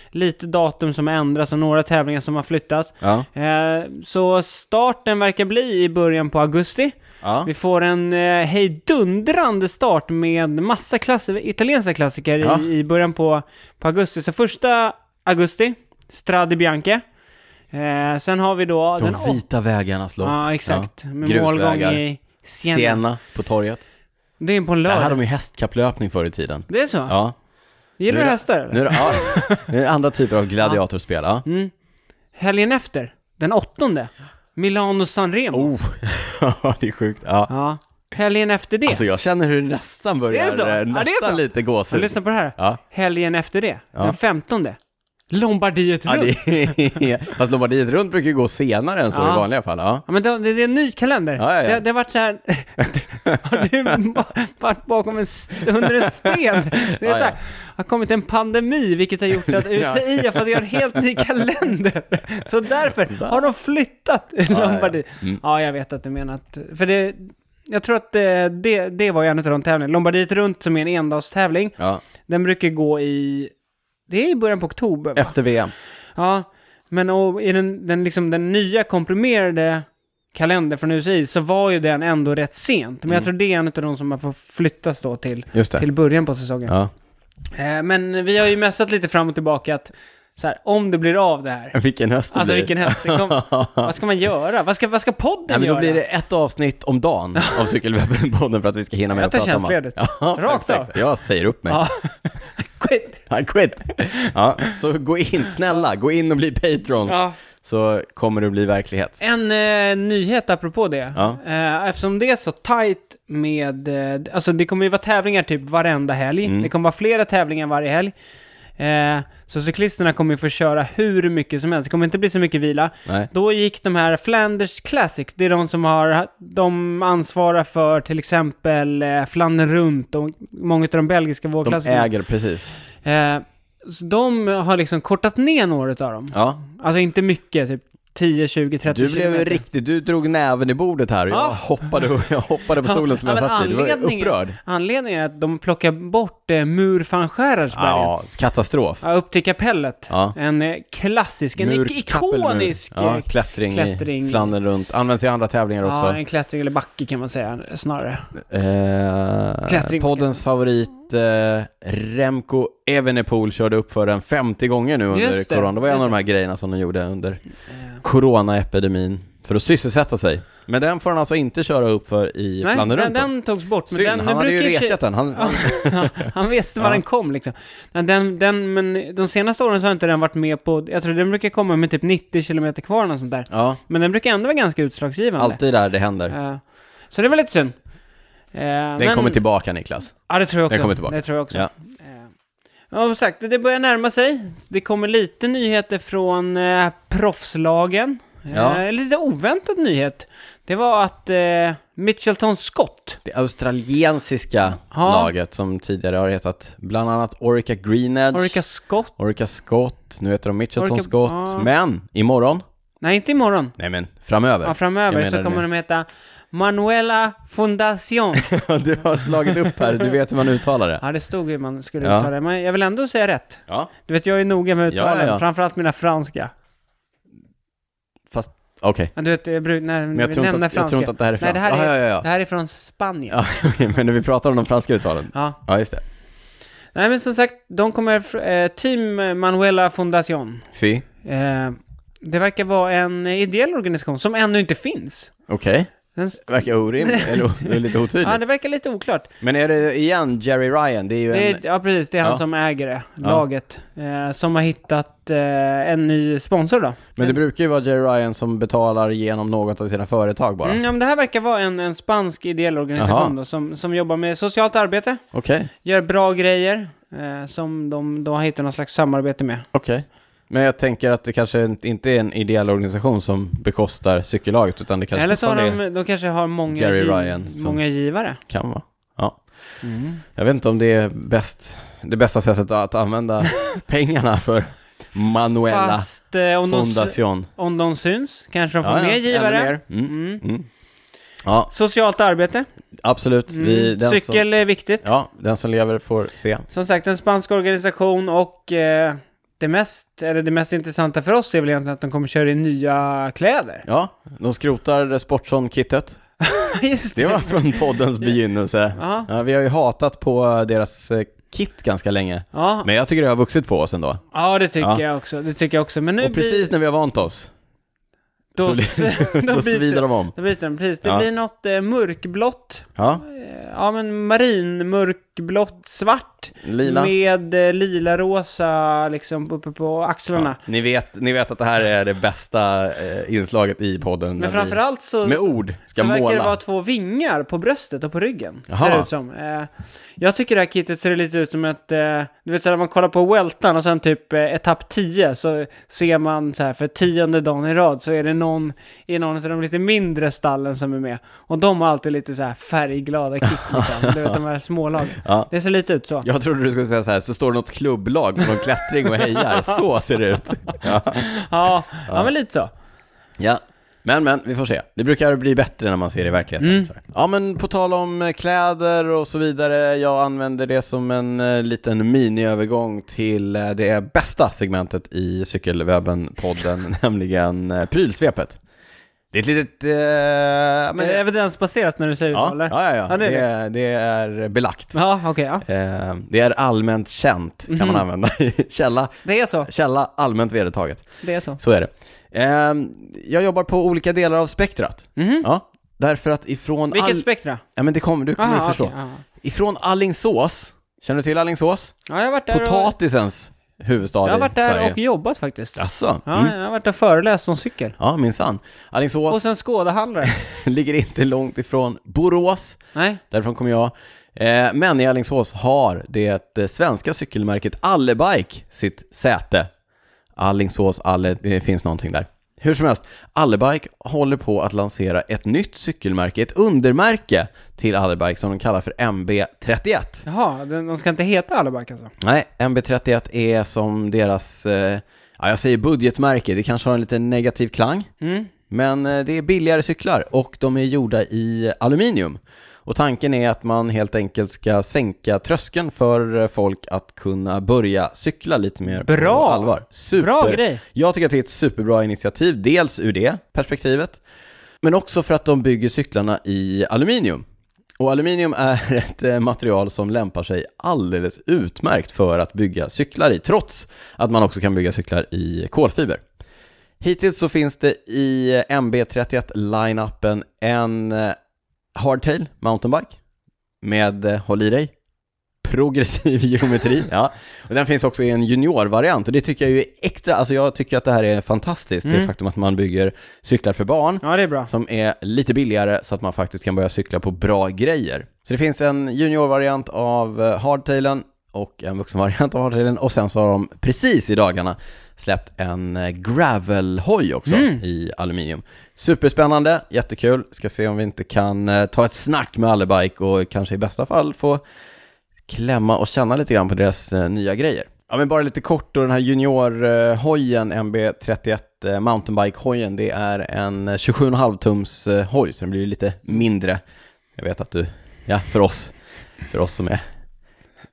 B: lite datum som har ändrats och några tävlingar som har flyttats.
A: Ja.
B: Eh, så starten verkar bli i början på augusti.
A: Ja.
B: Vi får en eh, hejdundrande start med massa klasser, italienska klassiker
A: Ja.
B: i, i början på, på augusti. Så första augusti, Strade Bianche. Eh, sen har vi då den
A: De vita vägarnas lopp.
B: Ja, exakt.
A: Ja.
B: Med målgång
A: Grusvägar.
B: i Siena.
A: Sena på torget.
B: Det är på en
A: Där
B: lördag.
A: hade de ju hästkapplöpning förr i tiden.
B: Det är så?
A: Ja.
B: Gillar
A: Nu
B: du
A: är det-
B: hästar eller?
A: Nu är det, ja. nu är det andra typer av gladiatorspel. Ja.
B: Mm. Helgen efter, den åttonde, Milano Sanremo.
A: Oh. det är sjukt. Ja.
B: Ja. Helgen efter det.
A: Alltså jag känner hur det nästan börjar,
B: Det är så?
A: eh,
B: Ja, det är
A: nästan
B: så.
A: lite
B: Men
A: gåshud.
B: lyssna på det här.
A: Ja.
B: Helgen efter det,
A: Ja.
B: den femtonde, Lombardiet
A: Ja,
B: runt.
A: det är... Fast Lombardiet runt brukar ju gå senare än så
B: Ja.
A: i vanliga fall. Ja.
B: Ja, men det, det, det är en ny kalender.
A: Ja, ja, ja.
B: Det, det har varit så här... har du ba- varit bakom en, st- under en sten? Det är
A: Ja,
B: så här,
A: ja.
B: har kommit en pandemi, vilket har gjort att UCI har fått göra en helt ny kalender. Så därför har de flyttat Lombardiet. Ja,
A: Mm.
B: jag vet att du menar att... För det, jag tror att det, det, det var ju en av de tävlingarna. Lombardiet runt, som är en endagstävling,
A: Ja.
B: den brukar gå i... Det är i början på oktober, va?
A: Efter VM.
B: Ja, men och i den, den, liksom, den nya komprimerade kalendern från UCI så var ju den ändå rätt sent. Men jag tror det är en av de som man får flyttas då till,
A: Mm. Just det.
B: till början på säsongen.
A: Ja.
B: Eh, men vi har ju messat lite fram och tillbaka att så här, om det blir av det här,
A: Vilken höst det
B: alltså
A: blir.
B: vilken häst, det kom, vad ska man göra? Vad ska, vad ska podden
A: Nej, men
B: göra?
A: då blir det ett avsnitt om dagen av Cykelwebben-podden för att vi ska hinna med
B: Jag
A: att
B: tar
A: prata om
B: tjänstledigt.
A: allt. Ja,
B: Rakt av.
A: perfekt. Jag säger upp mig.
B: Ja. Skit.
A: I quit. Ja, så gå in, snälla, gå in och bli patrons.
B: Ja.
A: Så kommer det bli verklighet.
B: En eh, nyhet apropå det.
A: Ja.
B: Eh, eftersom det är så tajt med... Eh, alltså det kommer ju vara tävlingar typ varenda helg.
A: Mm.
B: Det kommer vara flera tävlingar varje helg. Eh, så cyklisterna kommer ju få köra hur mycket som helst. Det kommer inte bli så mycket vila.
A: Nej.
B: Då gick de här Flanders Classic, det är de som har... De ansvarar för till exempel eh, Flandern runt och många av de belgiska
A: De
B: vårklassikerna.
A: äger precis.
B: Eh, så de har liksom kortat ner några av dem.
A: Ja.
B: Alltså inte mycket, typ 10, 20, 30
A: Du blev
B: kilometer.
A: riktigt, du drog näven i bordet här och jag,
B: Ja.
A: hoppade, jag hoppade på stolen som jag
B: men
A: satt i. Du var
B: anledningen-
A: upprörd.
B: Anledningen är att de plockar bort eh, Mur van Schärensbergen. Ja.
A: Ja, katastrof.
B: upp till kapellet.
A: Ja.
B: En eh, klassisk, en
A: Mur-
B: ik- ikonisk
A: kappelmur. ja,
B: eh,
A: klättring,
B: klättring.
A: i Flandern runt. Används i andra tävlingar också.
B: ja, en klättring eller backe kan man säga snarare.
A: Eh,
B: Klättring.
A: poddens favorit eh, Remco Evenepoel körde upp för den 50 gånger nu under
B: Just det,
A: corona. Det var en
B: just
A: av de här grejerna som de gjorde under coronaepidemin. för att sysselsätta sig. Men den får han alltså inte köra upp för i
B: Nej,
A: Flandern
B: den,
A: runt. då.
B: den togs bort. Men
A: Synd,
B: den, den
A: han hade ju
B: brukar i och för sig-
A: retat den. Han,
B: Ja, han visste var
A: Ja.
B: den kom liksom. Men, den, den, men de senaste åren så har inte den varit med på, jag tror den brukar komma med typ 90 km kvar eller sånt där.
A: ja,
B: Men den brukar ändå vara ganska utslagsgivande.
A: alltid där det händer.
B: Ja. så det var lite synd. Eh,
A: Den
B: men-
A: kommer tillbaka Niklas.
B: Ja, det tror jag också.
A: Den kommer tillbaka.
B: Det tror jag också.
A: Ja.
B: Eh, Ja, som sagt, det börjar närma sig. Det kommer lite nyheter från eh, proffslagen.
A: Ja.
B: Eh, lite oväntad nyhet. Det var att eh, Mitchelton Scott,
A: Det australiensiska
B: Ja.
A: laget som tidigare har hetat bland annat Orica Greenedge, Orica,
B: Orica Scott,
A: Scott, nu heter de Mitchelton
B: Orica-
A: Scott,
B: ja.
A: men imorgon,
B: nej inte imorgon,
A: nej men framöver.
B: ja, framöver
A: Jag
B: så
A: menar
B: kommer
A: nu.
B: de heta Manuela Fundación.
A: du har slagit upp här, du vet hur man uttalar det.
B: ja, det stod hur man skulle
A: Ja.
B: uttala det, men jag vill ändå säga rätt.
A: Ja,
B: Du vet, jag är noga
A: Ja,
B: med
A: ja,
B: uttalen,
A: ja.
B: framförallt mina franska.
A: fast okej.
B: Ja, Du vet, jag brukar, när
A: Men jag
B: vi
A: tror,
B: nämner
A: inte att,
B: franska.
A: jag tror inte att det här är
B: Nej,
A: franskt.
B: det här är,
A: ja, ja, ja,
B: Det
A: ja.
B: här är från Spanien.
A: ja okej, men när vi pratar om de franska uttalen.
B: ja.
A: Ja, just det.
B: Nej men som sagt, de kommer fr- eh, Team Manuela Fundación.
A: Si.
B: Eh, det verkar vara en ideell organisation som ännu inte finns.
A: Okej.
B: Den, s-
A: Verkar orimligt, eller o- det är lite
B: ja,
A: otydligt.
B: det verkar lite oklart.
A: Men är det igen Jerry Ryan? Det är ju
B: Det
A: en...
B: är, ja precis, det är han
A: Ja.
B: som äger det,
A: Ja.
B: laget. Eh, som har hittat eh, en ny sponsor då.
A: Men det brukar ju vara Jerry Ryan som betalar genom något av sina företag bara.
B: Mm, ja, men det här verkar vara en, en spansk ideell
A: Jaha.
B: organisation då, som, som jobbar med socialt arbete,
A: Okej,
B: gör bra grejer, eh, som de då har hittat någon slags samarbete med.
A: okej. Men jag tänker att det kanske inte är en ideell organisation som bekostar cykellaget, utan det kanske
B: Eller så har
A: fortfarande
B: de, de kanske har många,
A: Jerry
B: giv-
A: Ryan som-
B: många givare.
A: är- kan vara. Ja. Jag vet inte om det är bäst, det bästa sättet att använda pengarna för Manuela
B: Fast eh, om, de, s-
A: Fondation.
B: om de syns kanske de får mer
A: ännu
B: givare.
A: mer. Mm.
B: Mm.
A: Mm. Ja,
B: Socialt arbete.
A: absolut. Vi,
B: Mm.
A: den
B: Cykel är viktigt.
A: Som, ja, den som lever får se.
B: Som sagt, en spansk organisation och eh, det, mest, eller det mest intressanta för oss är väl egentligen att de kommer köra i nya kläder.
A: Ja, de skrotar Sportson-kittet.
B: Just
A: Det var från poddens begynnelse.
B: Ja.
A: Ja, vi har ju hatat på deras eh, kit ganska länge.
B: Ja.
A: Men jag tycker det har vuxit på oss ändå.
B: ja, det tycker
A: Ja.
B: jag också. Det tycker jag också. Men nu
A: Och precis när vi har vant oss,
B: blir... Då,
A: så
B: då,
A: då svider
B: byter,
A: de om.
B: då byter de, precis. Det
A: Ja.
B: blir något eh, mörkblått.
A: Ja,
B: Eh, Ja, men marinmörkblått svart.
A: lila.
B: Med eh, lila-rosa liksom uppe på axlarna.
A: Ja, ni, vet, ni vet att det här är det bästa eh, inslaget i podden. när
B: Men
A: vi
B: framförallt så,
A: Med ord ska
B: så verkar det vara
A: måla.
B: två vingar på bröstet och på ryggen.
A: Jaha.
B: Ser det ut som. Eh, jag tycker det här kittet ser lite ut som ett, eh, du vet så här, när man kollar på Weltan och sen typ eh, etapp 10 så ser man så här för tionde dagen i rad så är det någon i någon av de lite mindre stallen som är med. Och de har alltid lite så här färgglada kit liksom. du vet de här smålagen.
A: Ja.
B: Det ser lite ut så.
A: Jag trodde du skulle säga så här, så står det något klubblag från klättring och hejar. Så ser det ut. Ja.
B: Ja, ja men lite så.
A: Ja. Men, men, vi får se. Det brukar bli bättre när man ser det i verkligheten.
B: Mm.
A: Så här. Ja, men på tal om eh, kläder och så vidare, jag använder det som en eh, liten miniövergång till eh, det bästa segmentet i Cykelwebben-podden, nämligen eh, prylsvepet. Det är ett litet... Eh, men,
B: Men, Eh, Evidensbaserat när du säger så
A: ja,
B: eller?
A: ja, ja, ja.
B: Ja, det
A: det,
B: är
A: är, det är belagt.
B: Ja, okej. ja.
A: Eh, det är allmänt känt, kan man
B: Mm.
A: använda. källa,
B: Det är så.
A: källa allmänt vedertaget.
B: Det är så.
A: Så är det. Ehm, jag jobbar på olika delar av spektrat. Ja, därför att ifrån...
B: Mhm. Vilket
A: all...
B: spektra?
A: Ja, men det kommer, du kommer
B: Aha,
A: förstå.
B: okej, ja.
A: Ifrån Allingsås, känner du till Allingsås?
B: Ja, jag har varit där och,
A: Potatisens huvudstad
B: jag har varit
A: i Sverige.
B: där och jobbat faktiskt. Ja.
A: Jaså? Mm.
B: jag har varit där och föreläst om cykel.
A: Ja, minsann. Alingsås
B: Och sen skådehandlare.
A: ligger inte långt ifrån Borås,
B: Nej.
A: därifrån kommer jag. Eh, men i Alingsås har det eh, svenska cykelmärket Allebike sitt säte. Alingsås, Alle, det finns någonting där. Hur som helst, Allebike håller på att lansera ett nytt cykelmärke, ett undermärke till Allebike som de kallar för MB31.
B: Jaha, de, de ska inte heta Alleback alltså?
A: Nej, MB31 är som deras, eh, ja jag säger budgetmärke, det kanske har en lite negativ klang.
B: Mm.
A: Men eh, det är billigare cyklar och de är gjorda i aluminium. Och tanken är att man helt enkelt ska sänka tröskeln för eh, folk att kunna börja cykla lite mer på
B: Bra.
A: allvar. Super.
B: Bra grej.
A: Jag tycker att det är ett superbra initiativ, dels ur det perspektivet, men också för att de bygger cyklarna i aluminium. Och aluminium är ett eh, material som lämpar sig alldeles utmärkt för att bygga cyklar i, trots att man också kan bygga cyklar i kolfiber. Hittills så finns det i MB31-line-upen en eh, Hardtail mountainbike med, eh, håll i dig, progressiv geometri. ja. Och den finns också i en juniorvariant och det tycker jag ju är extra, alltså jag tycker att det här är fantastiskt, det
B: Mm.
A: faktum att man bygger cyklar för barn
B: Ja, det är bra.
A: som är lite billigare så att man faktiskt kan börja cykla på bra grejer. Så det finns en juniorvariant av eh, hardtailen och en vuxenvariant av hardtailen och sen så har de precis i dagarna släppt en eh, gravelhoj också i aluminium. Superspännande, jättekul. Ska se om vi inte kan eh, ta ett snack med Allebike och kanske i bästa fall få klämma och känna lite grann på deras eh, nya grejer. Ja, men bara lite kort då, den här juniorhojen, MB31 eh, mountainbike-hojen, det är en eh, 27,5 tums eh, hoj, så den blir ju lite mindre. Jag vet att du, ja, för oss, för oss som är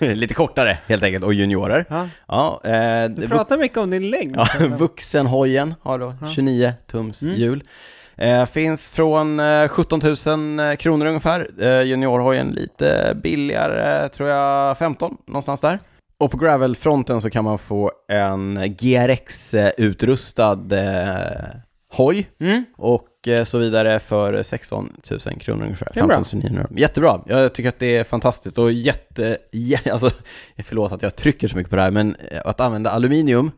A: lite kortare helt enkelt, och juniorer.
B: Ja.
A: Ja, eh,
B: Du
A: det-
B: pratar mycket om din längd. Mm.
A: Ja, vuxenhojen har då 29 tums hjul. Eh, finns från eh, 17 000 kronor ungefär. Eh, juniorhojen lite billigare, tror jag 15, någonstans där. Och på gravelfronten så kan man få en GRX-utrustad eh, hoj
B: Mm.
A: och eh, så vidare för 16 000 kronor ungefär.
B: Det är bra.
A: 15 900. Jättebra. Jag tycker att det är fantastiskt och jätte... jä- Alltså, förlåt att jag trycker så mycket på det här, men eh, att använda aluminium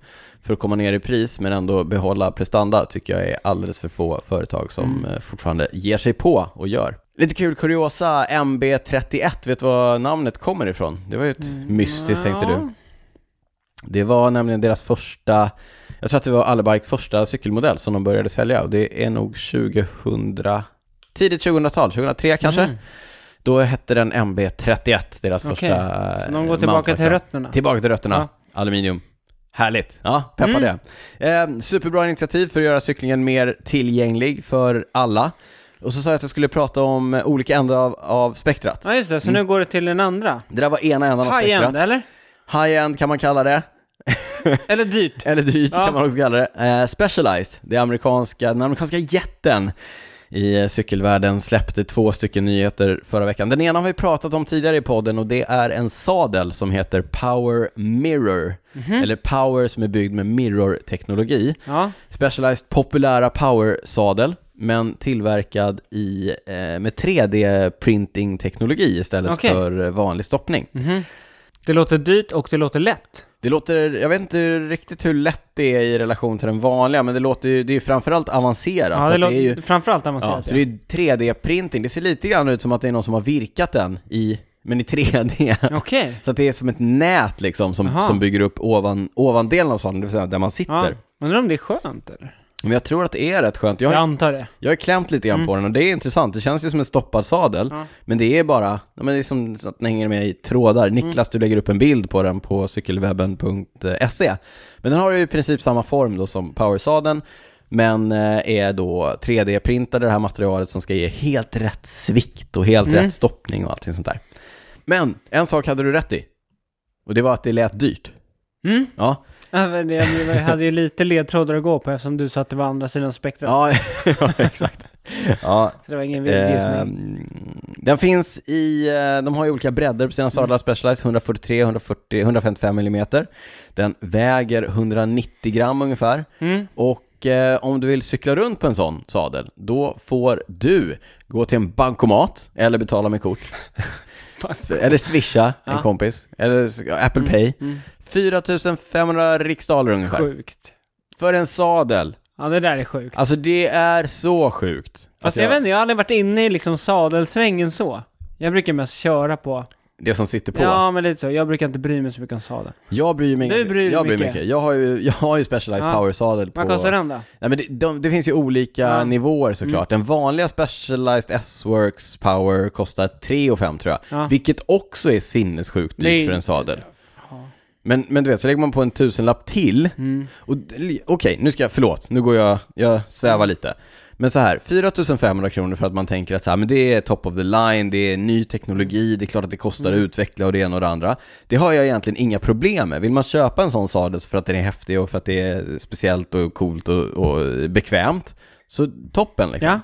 A: för att komma ner i pris men ändå behålla prestanda tycker jag är alldeles för få företag som
B: Mm.
A: eh, fortfarande ger sig på och gör. Lite kul kuriosa, MB31, vet du var namnet kommer ifrån? Det var ju ett
B: Mm.
A: mystiskt tänkte du.
B: Ja.
A: Det var nämligen deras första, jag tror att det var Allebikes första cykelmodell som de började sälja och det är nog 2000, tidigt 2000-tal, 2003 kanske.
B: Mm.
A: Då hette den MB31, deras
B: Okej,
A: första
B: Så
A: eh,
B: de går tillbaka till
A: mountainbike.
B: rötterna.
A: Tillbaka till rötterna, aluminium. Härligt, ja, peppa
B: Mm.
A: det. Eh, superbra initiativ för att göra cyklingen mer tillgänglig för alla. Och så sa jag att jag skulle prata om eh, olika ändar av, av spektrat.
B: Ja, just det. Så nu går det till den andra.
A: Det där var ena änden av
B: High-end,
A: spektrat.
B: eller?
A: High-end kan man kalla det.
B: Eller dyrt.
A: Eller dyrt
B: Ja.
A: kan man också kalla det. Eh, Specialized, det amerikanska, den amerikanska jätten i eh, cykelvärlden släppte två stycken nyheter förra veckan. Den ena har vi pratat om tidigare i podden och det är en sadel som heter Power Mirror.
B: Mhm.
A: Eller Power som är byggd med mirror-teknologi.
B: Ja.
A: Specialized populära Power-sadel, men tillverkad i, eh, med 3D-printing-teknologi istället
B: Okej.
A: för eh, vanlig stoppning.
B: Mhm. Det låter dyrt och det låter lätt.
A: Det låter, jag vet inte riktigt hur lätt det är i relation till den vanliga, men det låter ju, det är ju framförallt avancerat.
B: Ja,
A: så
B: det
A: att
B: låter,
A: det är ju,
B: framförallt
A: ja,
B: avancerat.
A: så det är ju 3D-printing, det ser lite grann ut som att det är någon som har virkat den i, men i 3D.
B: ja. Okej.
A: Så att det är som ett nät liksom som,
B: Aha.
A: som bygger upp ovan, ovandelen av salen, det vill säga där man sitter.
B: Ja. Undrar om det är skönt, eller?
A: Men jag tror att det är rätt skönt. Jag,
B: Jag
A: har
B: antar det.
A: jag har klämt lite grann på den och det är intressant. Det känns ju som en stoppad sadel, men det är bara, ja, men det är som så att den hänger med i trådar. Niklas, du lägger upp en bild på den på cykelwebben.se. Men den har ju i princip samma form då som powersadeln, men eh, är då 3D-printade det här materialet som ska ge helt rätt svikt och helt rätt stoppning och allting sånt där. Men en sak hade du rätt i, och det var att det lät dyrt.
B: Mm.
A: Ja,
B: Ja, men det- Jag hade ju lite ledtrådar att gå på eftersom du sa att det var andra sidan spektrat.
A: ja, Eh, ja exakt. Ja,
B: Så det var ingen vild gissning.
A: Ehm, den finns i, eh, de har ju olika bredder på
B: Mm.
A: sina sadlar, Specialized 143, 140, 155 mm. Den väger 190 gram ungefär.
B: Mm.
A: Och eh, om du vill cykla runt på en sån sadel, då får du gå till en bankomat eller betala med kort. eller swisha en
B: Ja. Mm.
A: kompis, eller s- Apple Pay. 4500 riksdaler ungefär.
B: Sjukt.
A: För en sadel.
B: Ja, det där är sjukt.
A: Alltså det är så sjukt.
B: Fast
A: Att
B: jag, vet inte, jag har aldrig varit inne i liksom sadelsvängen så. Jag brukar mest köra på.
A: Det som sitter på.
B: Ja, men lite så. Jag brukar inte bry mig så mycket om sadel.
A: Jag bryr mig
B: Du bryr dig
A: jag bryr mig
B: mycket.
A: mycket. Jag har ju, jag har ju Specialized
B: Ja.
A: Power-sadel på...
B: Vad kostar den då?
A: Nej, men det, de, det finns ju olika
B: Ja. Mm.
A: nivåer såklart. Den vanliga Specialized S-Works Power kostar 3 5 tror jag.
B: Ja.
A: Vilket också är sinnessjukt dyrt
B: Det är-
A: för en sadel. Men, men du vet, så lägger man på en tusenlapp till. Och d- li- Okej, nu ska jag, förlåt, nu går jag, jag svävar lite. Men så här, 4 500 kronor för att man tänker att så här, men det är top of the line, det är ny teknologi, det är klart att det kostar att utveckla och det ena och det andra. Det har jag egentligen inga problem med. Vill man köpa en sån sadel för att den är häftig och för att det är speciellt och coolt och, och bekvämt, så toppen liksom.
B: Ja.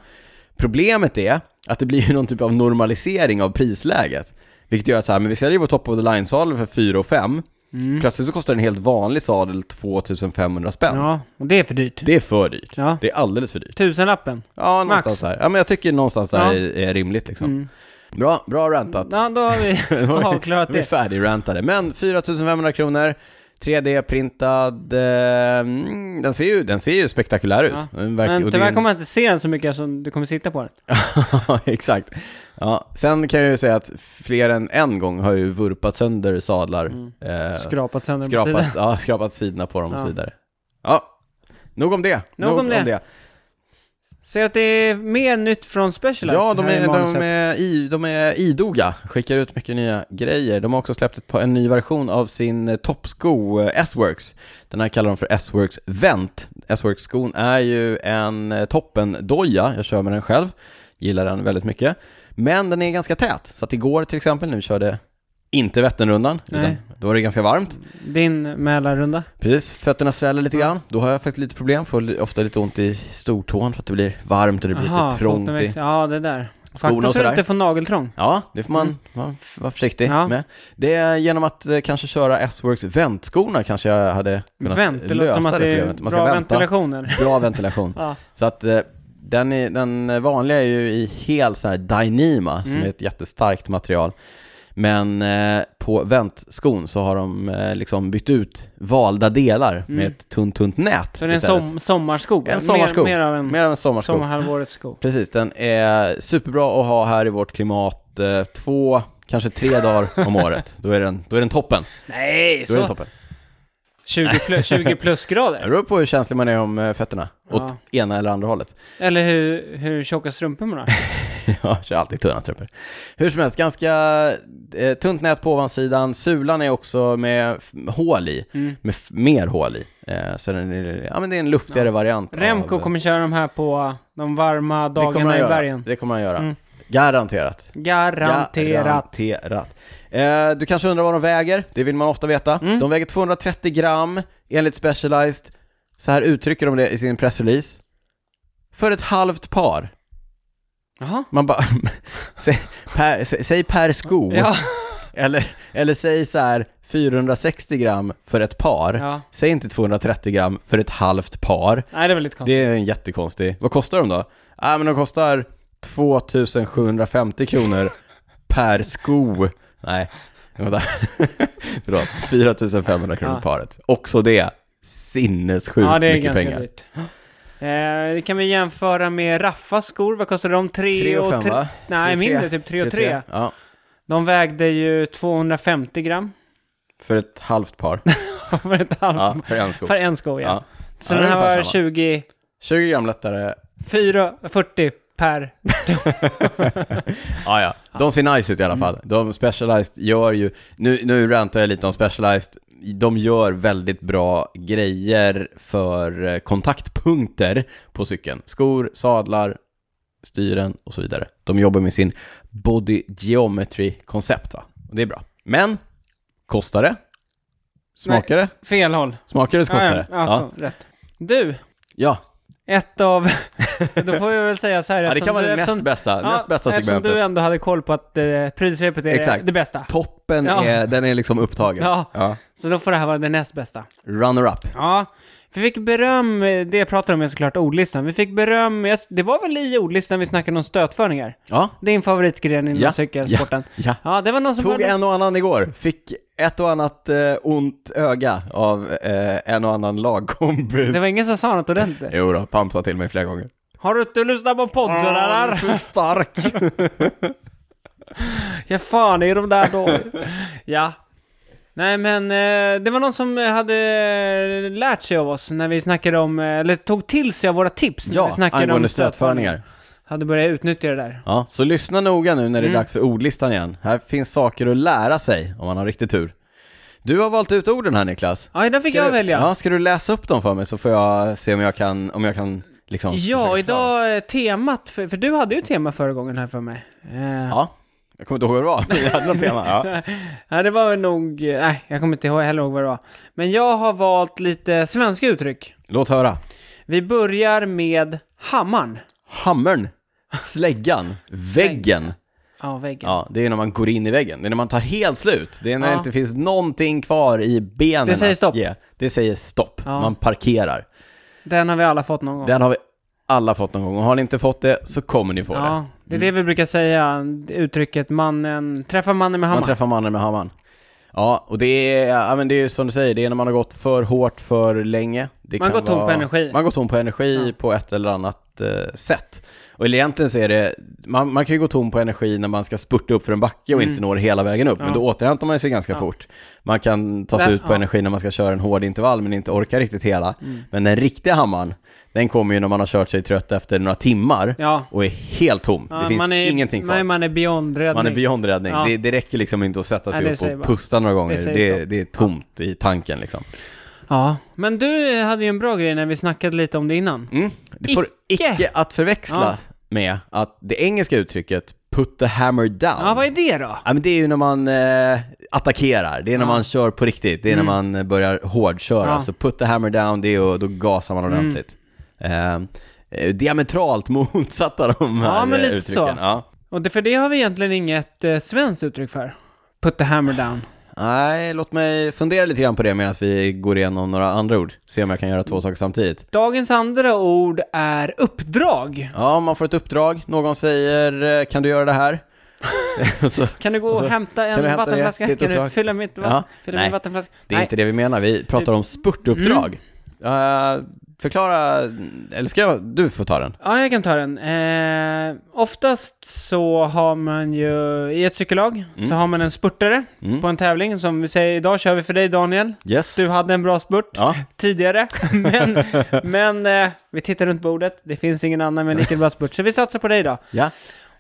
A: Problemet är att det blir ju någon typ av normalisering av prisläget. Vilket gör att så här, men vi säljer vår top of the line-sadel för 4 och 5
B: Mm.
A: Plötsligt så kostar en helt vanlig sadel 2500 spänn.
B: Ja, och det är för dyrt.
A: Det är för dyrt.
B: Ja.
A: Det är alldeles för dyrt.
B: Tusenlappen.
A: Ja, någonstans där. Ja, men jag tycker någonstans där
B: Ja. Mm.
A: är, är rimligt liksom. Bra, bra rantat.
B: Ja, då har vi avklarat
A: Vi är
B: det.
A: färdigrantade. Men 4500 kronor, 3D-printad. Eh, mm, den, ser ju, den ser ju spektakulär ut.
B: Ja.
A: Den verkar- och
B: Men
A: det är
B: tyvärr
A: en-
B: kommer jag inte se den så mycket som du kommer sitta på den.
A: Ja, exakt. Ja, sen kan jag ju säga att fler än en gång har ju vurpat sönder sadlar.
B: Mm.
A: Eh,
B: Skrapat sönder den på sidan.
A: skrapat, ja, skrapat sidorna på dem och
B: Ja.
A: så vidare. Ja, nog om det.
B: Nog om det. Ser att det är mer nytt från Specialized
A: Ja, de
B: här i
A: är, de,
B: manuset.
A: är i, de är idoga, skickar ut mycket nya grejer. De har också släppt ett par, en ny version av sin eh, toppsko eh, S-Works. Den här kallar de för S-Works Vent. S-Works-skon är ju en eh, toppendoja, jag kör med den själv, gillar den väldigt mycket. Men den är ganska tät, så att igår till exempel, nu körde inte Vätternrundan, utan
B: Nej.
A: då var det ganska varmt.
B: Din Mälarrunda.
A: Precis, fötterna sväller lite
B: Ja.
A: grann. Då har jag faktiskt lite problem, får li- ofta lite ont i stortån för att det blir varmt och det blir
B: Aha,
A: lite trångt
B: foten
A: i
B: växer. Ja, det där.
A: skorna
B: Faktiskt
A: och
B: så du
A: sådär.
B: inte får nageltrång.
A: Ja, det får man
B: Mm.
A: vara f- vara försiktig
B: Ja.
A: med. Det är genom att eh, kanske köra S-Works väntskorna kanske jag hade kunnat
B: Vänt, det låter
A: lösa
B: som att det är
A: problemet. Man ska
B: bra
A: vänta.
B: ventilationer.
A: Bra ventilation.
B: Ja.
A: Så att eh, den, är, den vanliga är ju i hel sån här Dyneema som
B: Mm.
A: är ett jättestarkt material. Men eh, på väntskon så har de eh, liksom bytt ut valda delar med ett tunt, tunt nät
B: Mm. Så det är en
A: istället.
B: som, sommarsko.
A: En sommarsko.
B: Mer, mer av en
A: Mer av en sommarsko.
B: sommarhalvårets sko.
A: Precis, den är superbra att ha här i vårt klimat eh, två, kanske tre dagar om året. Då är den, då är den toppen.
B: Nej,
A: Då är den
B: så
A: toppen.
B: 20 plus, 20 plus
A: Det
B: grader.
A: beror på hur känslig man är om eh, fötterna. Åt ena eller andra hållet.
B: Eller hur, hur tjocka strumpor man har.
A: Jag kör alltid tunna strumpor. Hur som helst, ganska eh, tunt nät på ovansidan. Sulan är också med f- hål i.
B: Mm.
A: Med f- mer hål i. Eh, så den är, ja, men det är en luftigare variant.
B: Remco
A: av-
B: kommer köra de här på de varma
A: Det kommer
B: dagarna
A: han
B: i
A: göra.
B: bergen.
A: Det kommer han göra.
B: Mm.
A: Garanterat.
B: Garanterat.
A: Garanterat. Eh, du kanske undrar vad de väger, det vill man ofta veta.
B: Mm.
A: De väger 230 gram, enligt Specialized. Så här uttrycker de det i sin pressrelease. För ett halvt par.
B: Jaha.
A: Man bara, säg, per, sä- säg per sko,
B: Ja,
A: eller, eller säg så här 460 gram för ett par.
B: ja.
A: Säg inte 230 gram för ett halvt par.
B: Nej, det är väldigt konstigt.
A: Det är en jättekonstig. Vad kostar de då? Ja, ah, men de kostar 2750 kronor per sko. Nej, vänta. Förlåt, 4500 kronor
B: Ja.
A: paret. Också det, sinnessjukt
B: ja, det är
A: mycket
B: ganska
A: pengar.
B: dyrt. Eh, det kan vi jämföra med Raffas skor. Vad kostade de? 3
A: 3
B: och
A: och 5
B: tre-
A: va? Tre,
B: Nej,
A: tre.
B: mindre. Typ 3 och 3.
A: Ja,
B: De vägde ju 250 gram.
A: för ett halvt par.
B: för ett halvt...
A: Ja, för en sko.
B: För en sko, ja.
A: Ja.
B: Så
A: Ja, det
B: den
A: är
B: här
A: ungefär
B: var
A: samma.
B: 20...
A: 20 gram lättare
B: 4, 40 per...
A: Ja, ja. De ser nice ut i alla fall. De Specialized gör ju, nu, nu rantar jag lite om Specialized, de gör väldigt bra grejer för eh, kontaktpunkter på cykeln. Skor, sadlar, styren och så vidare. De jobbar med sin body geometry-koncept, va? Och det är bra. Men, kostar det? Smakar det?
B: Fel håll.
A: Smakar det så kostar
B: ja,
A: det?
B: ja, alltså, rätt. Du,
A: ja.
B: ett av... Då får jag väl säga så här.
A: ja det
B: eftersom
A: kan vara
B: du-
A: det näst
B: eftersom-
A: bästa,
B: Ja,
A: näst bästa
B: Eftersom
A: segmentet.
B: du ändå hade koll på att eh, prylsvepet är
A: Exakt.
B: det bästa.
A: Toppen,
B: Ja.
A: är, den är liksom upptagen.
B: Ja.
A: Ja.
B: Så då får det här vara det näst bästa.
A: Runner-up.
B: Ja, vi fick beröm, eh, det jag pratar om är såklart ordlistan. Vi fick beröm, jag- det var väl i ordlistan vi snackade om stötföringar?
A: Ja,
B: Din favoritgren inom
A: Ja,
B: cykelsporten. Ja.
A: ja.
B: det var någon som
A: Tog
B: började-
A: en och annan igår, fick ett och annat eh, ont öga av eh, en och annan lagkompis.
B: Det var ingen som sa något ordentligt.
A: Jo då, Pam sa till mig flera gånger.
B: Har du inte lyssnat på podden eller?
A: så stark!
B: Ja fan är de där då? ja. Nej men eh, det var någon som eh, hade eh, lärt sig av oss när vi snackade om, eh, eller tog till sig av våra tips när vi
A: ja,
B: snackade om
A: angående stötföringar.
B: Hade börjat utnyttja det där.
A: Ja, så lyssna noga nu när
B: Mm.
A: det är dags för ordlistan igen. Här finns saker att lära sig om man har riktig tur. Du har valt ut orden här Niklas.
B: Ja, den fick
A: Ska
B: jag
A: du,
B: välja.
A: Ja, ska du läsa upp dem för mig så får jag se om jag kan, om jag kan liksom...
B: Ja,
A: försöka-
B: idag eh, temat, för, för du hade ju tema förra gången här för mig. Eh,
A: Ja, jag kommer inte ihåg vad det var, men jag hade något tema. Ja.
B: Nej, det var väl nog, eh, nej, jag kommer inte ihåg heller ihåg vad det var. Men jag har valt lite svenska uttryck.
A: Låt höra.
B: Vi börjar med hammaren.
A: Hammern, släggan, väggen,
B: Ja, väggen.
A: Ja, det är när man går in i väggen. Det är när man tar helt slut. Det är när det
B: Ja.
A: inte finns någonting kvar i benen
B: Det säger
A: att
B: stopp.
A: ge. Det säger stopp.
B: Ja.
A: Man parkerar.
B: Den har vi alla fått någon gång.
A: Den har vi alla fått någon gång. Och har ni inte fått det så kommer ni få det.
B: ja, det är det
A: Mm.
B: vi brukar säga, uttrycket mannen, träffa mannen med
A: Man
B: hammaren.
A: träffar mannen med hammaren. Ja, och det är, ja, men det är ju som du säger, det är när man har gått för hårt för länge. Det
B: Man
A: kan
B: går tom på energi.
A: Man går tom på energi på ett eller annat eh, sätt. Och eller egentligen så är det, man, man kan ju gå tom på energi när man ska spurta upp för en backe och
B: Mm.
A: inte når hela vägen upp, men då återhämtar man sig ganska fort. Man kan ta
B: Där-
A: slut på
B: ja. Mm.
A: energi när man ska köra en hård intervall men inte orkar riktigt hela. Men den riktiga hammaren, den kommer ju när man har kört sig trött efter några timmar
B: Ja.
A: och är helt tom.
B: Ja,
A: det finns
B: man är,
A: ingenting kvar.
B: Nej, man är beyond räddning.
A: Man är beyond räddning.
B: Ja.
A: Det, det räcker liksom inte att sätta
B: Nej,
A: sig
B: det
A: upp
B: säger
A: och
B: man.
A: pusta några gånger.
B: Det
A: Det,
B: säger
A: det,
B: stopp.
A: är tomt i tanken liksom.
B: Ja, men du hade ju en bra grej när vi snackade lite om det innan.
A: Mm. Det får icke,
B: Icke.
A: att förväxla med att det engelska uttrycket “put the hammer down”
B: Ja, vad är det då?
A: Ja, men det är ju när man eh, attackerar, det är när
B: Ja. Mm.
A: man kör på riktigt, det är när man eh, börjar hårdköra.
B: Ja. Mm.
A: Så put the hammer down, det är ju, då gasar man ordentligt. Eh, eh, diametralt motsatta de här
B: men
A: eh,
B: lite
A: uttrycken.
B: så.
A: Ja.
B: Och det, för det har vi egentligen inget eh, svenskt uttryck för. Put the hammer down.
A: Nej, låt mig fundera lite grann på det medan vi går igenom några andra ord. Se om jag kan göra två saker samtidigt.
B: Dagens andra ord är uppdrag.
A: Ja, man får ett uppdrag. Någon säger eh, “Kan du göra det här?” så,
B: Kan du gå och
A: Alltså,
B: hämta en
A: kan du hämta
B: vattenflaska?
A: det? Det är ett
B: Kan du
A: uppdrag.
B: fylla, mitt vatten,
A: Ja,
B: fylla
A: nej.
B: min vattenflaska?
A: Det är inte det vi menar, vi pratar om spurtuppdrag. Eh, förklara, eller ska jag, du får ta den.
B: Ja, jag kan ta den. Eh, oftast så har man ju, i ett cykellag,
A: Mm.
B: så har man en spurtare på en tävling. Som vi säger, idag kör vi för dig Daniel.
A: Yes.
B: Du hade en bra spurt
A: Ja.
B: tidigare, men, men eh, vi tittar runt bordet. Det finns ingen annan med en lika bra spurt, så vi satsar på dig idag.
A: ja.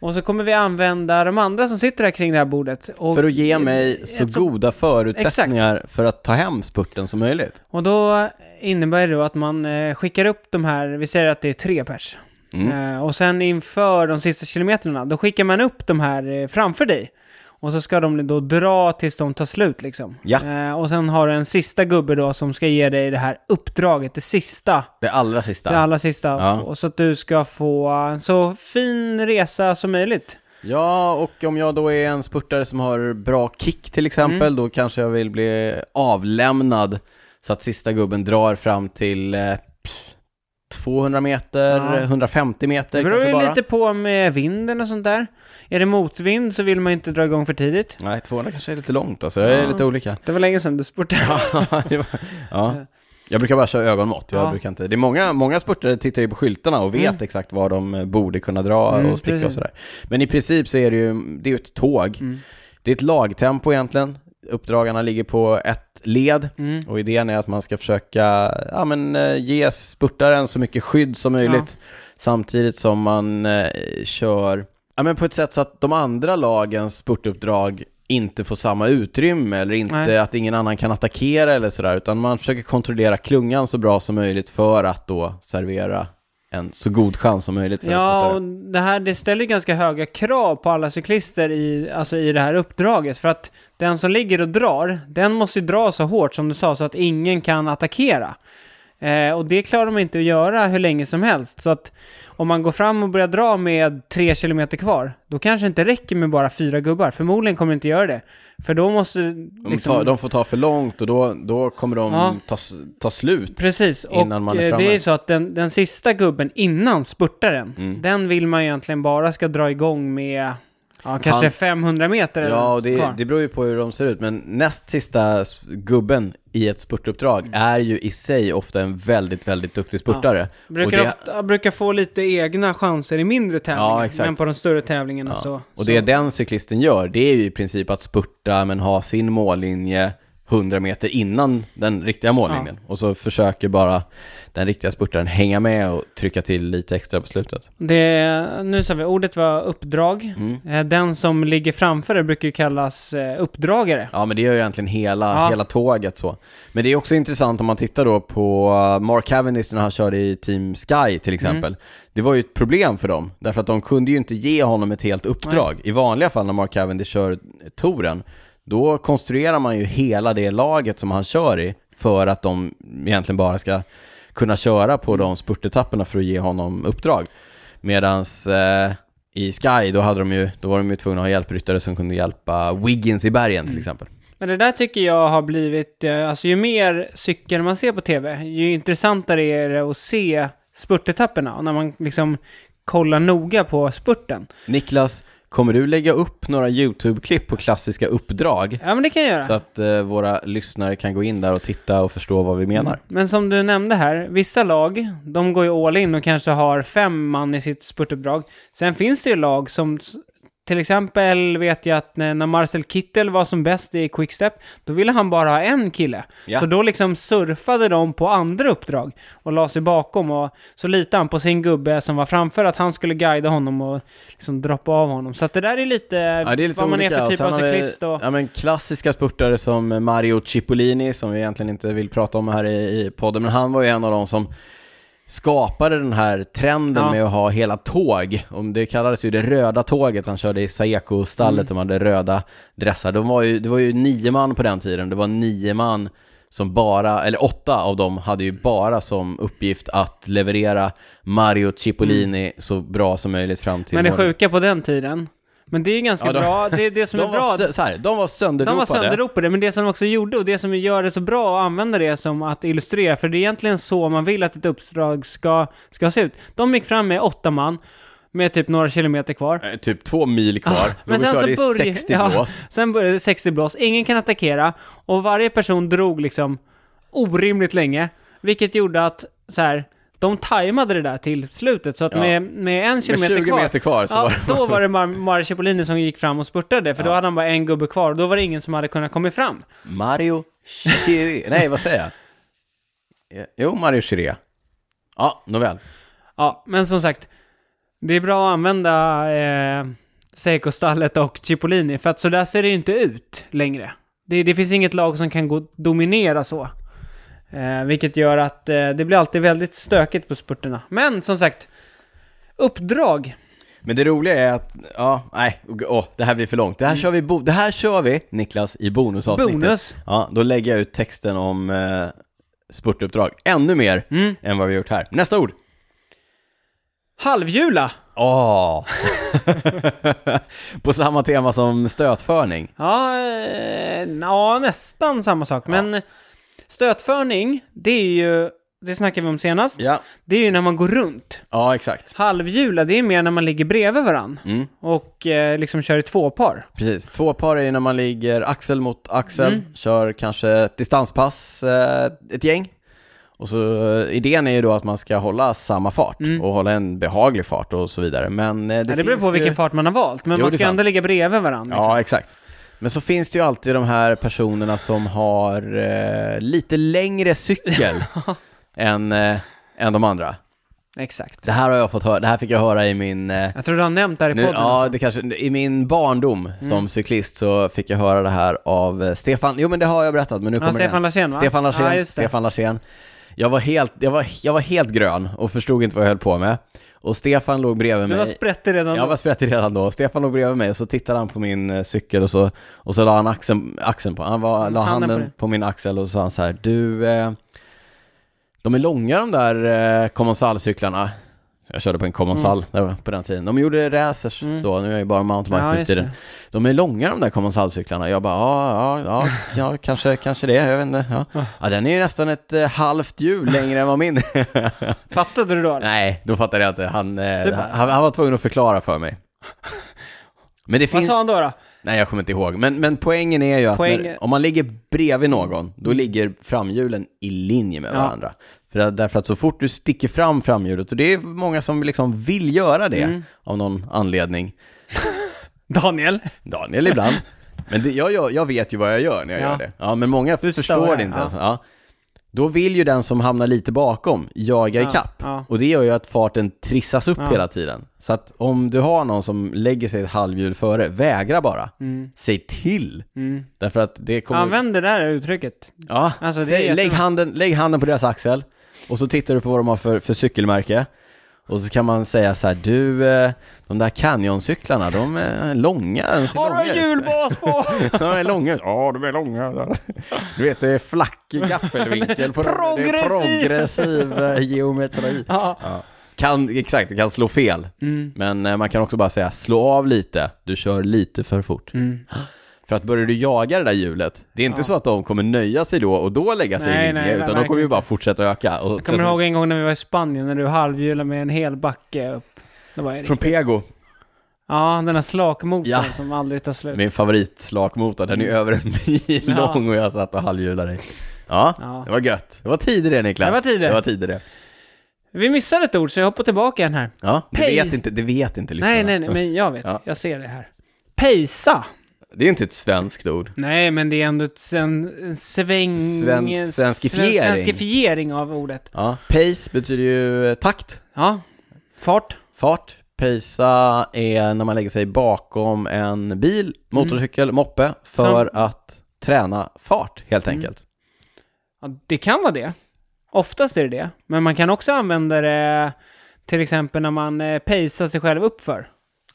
B: Och så kommer vi använda de andra som sitter här kring det här bordet. Och,
A: För att ge mig så
B: ett så-
A: goda förutsättningar för att ta hem spurten som möjligt.
B: och då innebär det då att man eh, skickar upp de här, vi säger att det är tre pers.
A: Mm.
B: Eh, och sen inför de sista kilometrarna, då skickar man upp de här eh, framför dig. Och så ska de då dra tills de tar slut liksom.
A: Ja.
B: Eh, och sen har du en sista gubbe då som ska ge dig det här uppdraget, det sista
A: Det allra sista.
B: Det allra sista.
A: Ja.
B: Och så att du ska få en så fin resa som möjligt.
A: Ja, och om jag då är en spurtare som har bra kick till exempel,
B: Mm.
A: då kanske jag vill bli avlämnad så att sista gubben drar fram till eh, pff, 200 meter,
B: Ja.
A: 150 meter
B: Det beror
A: kanske
B: ju
A: bara.
B: lite på med vinden och sånt där. Är det motvind så vill man inte dra igång för tidigt.
A: Nej, 200 kanske är lite långt alltså. Jag är
B: Ja.
A: lite olika.
B: Det var länge sedan du spurtade.
A: Det var- ja. Jag brukar bara köra ögonmått. Jag
B: Ja.
A: brukar inte. Det är många, många spurtare tittar ju på skyltarna och vet exakt var de eh, borde kunna dra
B: Mm,
A: och sticka och
B: precis.
A: sådär.
B: Mm.
A: Men i princip så är det ju, det är ju ett tåg. Det är ett lagtempo egentligen. Uppdragarna ligger på ett led
B: Mm.
A: och idén är att man ska försöka ja, men, eh, ge spurtaren så mycket skydd som möjligt samtidigt som man eh, kör ja, men på ett sätt så att de andra lagens spurtuppdrag inte får samma utrymme eller inte
B: Nej.
A: att ingen annan kan attackera eller sådär utan man försöker kontrollera klungan så bra som möjligt för att då servera en så god chans som möjligt för
B: Ja,
A: en
B: och
A: spurtare.
B: det här det ställer ju ganska höga krav på alla cyklister i, alltså i det här uppdraget. För att den som ligger och drar, den måste ju dra så hårt som du sa, så att ingen kan attackera. Eh, och det klarar de inte att göra hur länge som helst. Så att om man går fram och börjar dra med tre kilometer kvar, då kanske det inte räcker med bara fyra gubbar. Förmodligen kommer det inte göra det. För då måste...
A: De,
B: liksom-
A: tar, de får ta för långt och då, då kommer de
B: Ja.
A: ta, s- ta slut.
B: Precis,
A: Innan
B: och
A: man är
B: eh,
A: framme.
B: det är ju så att den, den sista gubben innan spurtaren,
A: Mm.
B: den vill man egentligen bara ska dra igång med ja, kanske
A: Han-
B: 500 meter eller
A: Ja, och
B: något
A: det,
B: Eh, kvar.
A: det beror ju på hur de ser ut, men näst sista s- gubben i ett
B: Mm.
A: spurtuppdrag är ju i sig ofta en väldigt, väldigt duktig spurtare. och
B: brukar,
A: det,
B: ofta, brukar få lite egna chanser i mindre
A: Ja,
B: tävlingar,
A: exakt.
B: men på de större tävlingarna så...
A: och det den cyklisten gör, det är ju i princip att spurta men ha sin mållinje 100 meter innan den riktiga mållinjen. Och så försöker bara den riktiga spurtaren hänga med och trycka till lite extra på slutet.
B: Det, nu sa vi, ordet var uppdrag.
A: Mm.
B: Eh, Den som ligger framför det brukar ju kallas eh, uppdragare.
A: Ja, men det gör ju egentligen hela,
B: Ja.
A: hela tåget så. Men det är också intressant om man tittar då på uh, Mark Cavendish när han körde i Team Sky till exempel. Det var ju ett problem för dem, därför att de kunde ju inte ge honom ett helt uppdrag. I vanliga fall när Mark Cavendish kör touren, då konstruerar man ju hela det laget som han kör i för att de egentligen bara ska kunna köra på de spurtetapperna för att ge honom uppdrag. Medans eh, i Sky, då, hade de ju, då var de ju tvungna att ha hjälpryttare som kunde hjälpa Wiggins i bergen till exempel.
B: Men det där tycker jag har blivit, eh, alltså ju mer cykel man ser på tv, ju intressantare är det att se spurtetapperna. Och när man liksom kollar noga på spurten.
A: Niklas, kommer du lägga upp några YouTube-klipp på klassiska uppdrag?
B: Ja, men det kan jag göra.
A: Så att eh, våra lyssnare kan gå in där och titta och förstå vad vi menar.
B: Men som du nämnde här, vissa lag, de går ju all in och kanske har fem man i sitt spurtuppdrag. Sen finns det ju lag som, till exempel vet jag att när när Marcel Kittel var som bäst i Quickstep, då ville han bara ha en kille.
A: Ja.
B: Så då liksom surfade de på andra uppdrag och la sig bakom och så litade han på sin gubbe som var framför att han skulle guida honom och liksom droppa av honom. Så att det där är lite,
A: Ja, det är lite
B: vad man
A: olika.
B: är för
A: Och
B: typ
A: sen
B: av
A: har vi,
B: cyklist och...
A: Ja, men klassiska spurtare som Mario Cipollini, som vi egentligen inte vill prata om här i, i podden, men han var ju en av de som skapade den här trenden
B: Ja.
A: med att ha hela tåg. Om det kallades ju det röda tåget, han körde i Saeco-stallet och de
B: Mm.
A: hade röda dressar. De var ju, det var ju nio man på den tiden, det var nio man som bara, eller åtta av dem hade ju bara som uppgift att leverera Mario Cipollini så bra som möjligt fram till
B: Mm. Men det
A: målet.
B: sjuka på den tiden, men det är ju ganska
A: Ja, de-
B: bra, det är det som
A: De
B: är bra.
A: var, sö- så här, de var
B: De
A: sönderdopade.
B: var sönderropade, men det som de också gjorde och det som gör det så bra att använda det som att illustrera, för det är egentligen så man vill att ett uppdrag ska, ska se ut. De gick fram med åtta man, med typ några kilometer kvar.
A: Eh, Typ två mil kvar. men sen körde så
B: börj-
A: i 60
B: ja,
A: blås.
B: Sen började det 60 blås, ingen kan attackera och varje person drog liksom orimligt länge, vilket gjorde att så här, de tajmade det där till slutet, så att
A: Ja.
B: med, med en
A: Med
B: kilometer
A: 20
B: kvar,
A: meter kvar så
B: Ja,
A: var
B: då var det Mar- Mario Cipollini som gick fram och spurtade, för då hade han bara en gubbe kvar och då var det ingen som hade kunnat komma fram.
A: Mario Chiré. Nej, vad säger jag? Eh, Jo, Mario Chiré. Ja, nåväl.
B: Ja, men som sagt, det är bra att använda eh, Seiko-stallet och Cipollini, för att så där ser det ju inte ut längre. Det, det finns inget lag som kan gå, dominera så. Eh, vilket gör att eh, det blir alltid väldigt stökigt på spurterna. Men som sagt, uppdrag.
A: Men det roliga är att, ja, nej, åh, det här blir för långt. Det här kör vi, bo- det här kör vi Niklas, i bonusavsnittet.
B: Bonus.
A: Ja, då lägger jag ut texten om eh, spurtuppdrag ännu mer
B: Mm.
A: än vad vi gjort här. Nästa ord!
B: Halvhjula.
A: Åh! På samma tema som stötförning.
B: Ja, eh, ja, nästan samma sak. Men stötförning, det är ju, det snackade vi om senast,
A: Ja.
B: det är ju när man går runt.
A: Ja, exakt.
B: Halvhjula, det är mer när man ligger bredvid varann
A: Mm.
B: och eh, liksom kör i två par.
A: Precis, två par är ju när man ligger axel mot axel,
B: Mm.
A: kör kanske ett distanspass, eh, ett gäng. Och så eh, idén är ju då att man ska hålla samma fart och hålla en behaglig fart och så vidare. Men eh, det,
B: Det, Mm. ja, det beror
A: finns
B: på vilken
A: ju...
B: fart man har valt, men
A: Jo,
B: man
A: det är
B: ska ändå
A: sant.
B: ligga bredvid varandra. Liksom.
A: Ja, exakt. Men så finns det ju alltid de här personerna som har eh, lite längre cykel än, eh, än de andra.
B: liksom. Exakt.
A: Det här har jag fått höra, det här fick jag höra i min eh,
B: Jag tror du har nämnt det här i
A: Nu,
B: podden. Mm.
A: ja, det kanske, i min barndom som cyklist så fick jag höra det här av eh, Stefan, jo men det har jag berättat men nu kommer det
B: Stefan
A: igen.
B: Larsén, va?
A: Stefan Larsén,
B: Ja, just det.
A: Stefan Larsén. Jag var, helt, jag, var, jag var helt grön och förstod inte vad jag höll på med. Och Stefan låg bredvid
B: Du var
A: mig.
B: sprättig redan
A: Jag
B: då.
A: var sprättig redan då. Stefan låg bredvid mig och så tittade han på min eh, cykel och så, och så la han axeln, axeln på, han var, la
B: Mm, Handen
A: handen,
B: på
A: på,
B: dig.
A: min axel och så sa han så här, du, eh, de är långa de där eh, Commonsal-cyklarna. Jag körde på en
B: Mm.
A: Commonsal där på den tiden. De gjorde racers då, nu är jag ju bara mountainbikes
B: Ja,
A: nu för
B: just
A: tiden.
B: det.
A: De är långa de där Commonsal-cyklarna. Jag bara, ja, ja, ja, ja kanske, kanske det, jag vet inte. Ja. Ja, den är ju nästan ett eh, halvt hjul längre än vad min
B: Fattade du då?
A: Nej, då fattade jag inte. Han, eh, han, han var tvungen att förklara för mig. Men det
B: Vad
A: finns...
B: sa han då? då?
A: Nej, jag kommer inte ihåg. Men, men poängen är ju att
B: Poäng-
A: när, om man ligger bredvid någon, då ligger framhjulen i linje med
B: Ja.
A: varandra. För, att- därför att så fort du sticker fram framhjulet, och det är många som liksom vill göra det
B: Mm.
A: av någon anledning,
B: Daniel?
A: Daniel ibland. Men det, jag, jag, jag vet ju vad jag gör när jag
B: Ja.
A: gör det. Ja, men många
B: Du
A: förstår
B: stör,
A: det inte.
B: ja.
A: Alltså. Ja. Då vill ju den som hamnar lite bakom jaga
B: Ja,
A: ikapp.
B: ja.
A: Och det gör ju att farten trissas upp
B: Ja.
A: hela tiden. Så att om du har någon som lägger sig ett halvhjul före, vägra bara. Säg till.
B: Mm.
A: Därför att det kommer...
B: Använd det där uttrycket.
A: Ja,
B: Alltså, det är
A: säg, lägg,
B: jättebra.
A: handen, lägg handen på deras axel och så tittar du på vad de har för, för cykelmärke. Och så kan man säga så här, du, eh, de där Canyon-cyklarna, de är långa. De ser
B: Har
A: långa
B: du en
A: ut."
B: julbas på?
A: De är långa. Ja, de är långa. Du vet, det är flack gaffelvinkel på dem. Det är
B: Progressiv.
A: progressiv eh, geometri.
B: ja.
A: Ja. Kan, exakt, det kan slå fel.
B: Mm.
A: Men eh, man kan också bara säga slå av lite, du kör lite för fort.
B: Mm.
A: För att börjar du jaga det där hjulet, det är inte så att de kommer nöja sig då och då lägga sig
B: Nej,
A: i linje,
B: nej,
A: utan de
B: verkligen
A: kommer ju bara
B: inte.
A: fortsätta öka. Och
B: Jag kommer ihåg en gång när vi var i Spanien när du halvhjulade med en hel backe upp. Det var Erik.
A: Från Pego,
B: Ja, den här slakmotorn
A: Ja.
B: som aldrig tar slut.
A: min favoritslakmotor, den är över en mil
B: Mm. Ja.
A: lång och jag satt och halvhjulade i. Ja,
B: Ja.
A: det var gött. Det var tid i det Niklas.
B: Det var tid i det.
A: Det var tid i det.
B: Vi missade ett ord så jag hoppar tillbaka en här.
A: Ja, det
B: Pace.
A: vet inte, det vet inte lyssnarna.
B: Nej, nej, nej, men jag vet.
A: Ja.
B: Jag ser det här. Pejsa.
A: Det är inte ett svenskt ord.
B: Nej, men det är ändå ett, en, en sväng...
A: Sven-
B: en
A: svenskifiering.
B: sven- Svenskifiering av ordet.
A: Ja, pace betyder ju eh, takt.
B: Ja. Fart.
A: Fart. Pejsa är när man lägger sig bakom en bil, motorcykel,
B: Mm.
A: moppe för att träna fart helt
B: Mm.
A: enkelt.
B: Ja, det kan vara det. Oftast är det det. Men man kan också använda det till exempel när man eh, pejsar sig själv uppför.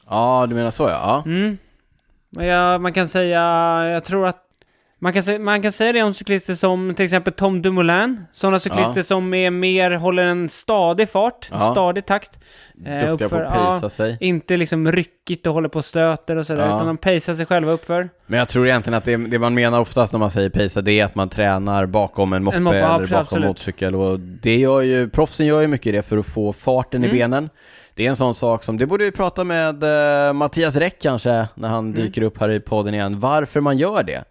A: Ja, du menar så ja. ja.
B: Mm. Men Ja, man kan säga, jag tror att man kan, säga, man kan säga det om cyklister som till exempel Tom Dumoulin. Sådana cyklister
A: Ja.
B: som är mer, håller en stadig fart, en
A: Ja.
B: stadig takt. Eh,
A: Duktiga på att pejsa
B: ja,
A: sig.
B: Inte liksom ryckigt och håller på och stöter och sådär,
A: Ja.
B: utan de pejsar sig själva uppför.
A: Men jag tror egentligen att det, det man menar oftast när man säger pejsa, det är att man tränar bakom en moppe,
B: En moppe, ja,
A: eller
B: precis,
A: bakom
B: absolut.
A: motorcykel. Och det gör ju, proffsen gör ju mycket det för att få farten
B: Mm.
A: i benen. Det är en sån sak som, det borde vi prata med eh, Mattias Räck kanske, när han
B: Mm.
A: dyker upp här i podden igen, varför man gör det.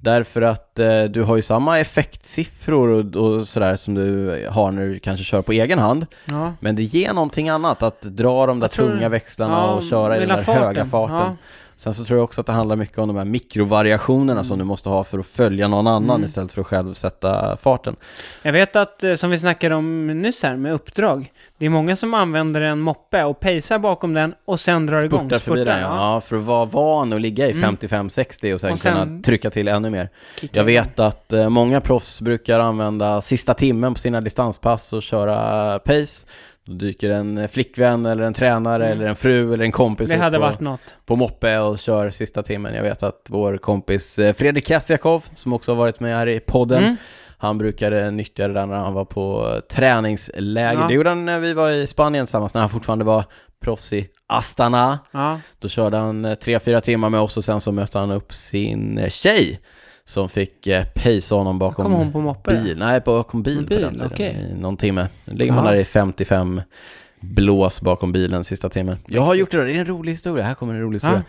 A: Därför att eh, du har ju samma effektsiffror och, och sådär som du har när du kanske kör på egen hand.
B: Ja.
A: Men det ger någonting annat att dra de där
B: tror-
A: tunga växlarna
B: ja,
A: och köra i den
B: hela
A: där
B: farten.
A: höga farten.
B: Ja.
A: Sen så tror jag också att det handlar mycket om de här mikrovariationerna som
B: Mm.
A: du måste ha för att följa någon annan istället för att själv sätta farten.
B: Jag vet att, eh, som vi snackade om nyss här med uppdrag, det är många som använder en moppe och pejsar bakom den och sen drar igång.
A: Spurta förbi den, ja. ja. För att vara van att ligga i 55-60 och sen,
B: Mm. Och sen-
A: kunna trycka till ännu mer.
B: Kicka
A: Jag vet att eh, många proffs brukar använda sista timmen på sina distanspass och köra pace. Då dyker en eh, flickvän eller en tränare eller en fru eller en kompis
B: Mm. Det
A: upp
B: hade
A: och-
B: varit något.
A: på moppe och kör sista timmen. Jag vet att vår kompis eh, Fredrik Kasiakov, som också har varit med här i podden,
B: Mm.
A: han brukade nyttja det där när han var på eh, träningsläger.
B: Ja.
A: Det gjorde han när vi var i Spanien tillsammans, när han fortfarande var proffs i Astana.
B: Ja.
A: Då körde han eh, tre, fyra timmar med oss och sen så mötte han upp sin eh, tjej som fick eh, pejsa honom bakom
B: Kom hon på moppe?
A: bil. Nej, bakom bil,
B: Bil,
A: på den tiden
B: okej.
A: i någon timme. Då ligger man
B: Ja.
A: där i 55 blås bakom bilen sista timmen. Jag har gjort det, det är en rolig historia, här kommer en rolig historia.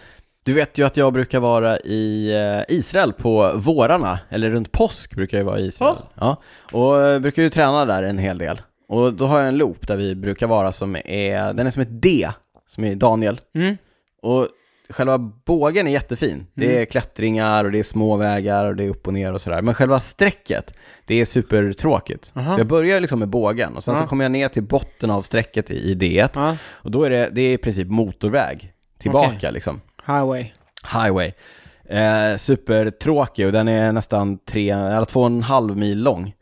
A: Du vet ju att jag brukar vara i eh, Israel på vårarna, eller runt påsk brukar jag vara i Israel. Ja. Och eh, brukar ju träna där en hel del. Och då har jag en loop där vi brukar vara som är, den är som ett D, som är Daniel.
B: Mm.
A: Och själva bågen är jättefin. Det
B: Mm.
A: är klättringar och det är små vägar och det är upp och ner och sådär. Men själva strecket, det är supertråkigt. Så jag börjar liksom med bågen och sen så
B: Ja.
A: kommer jag ner till botten av strecket i, i D1.
B: Ja.
A: Och då är det, det är i princip motorväg tillbaka liksom.
B: Highway.
A: Highway. Eh, supertråkig och den är nästan tre, eller två och en halv mil lång.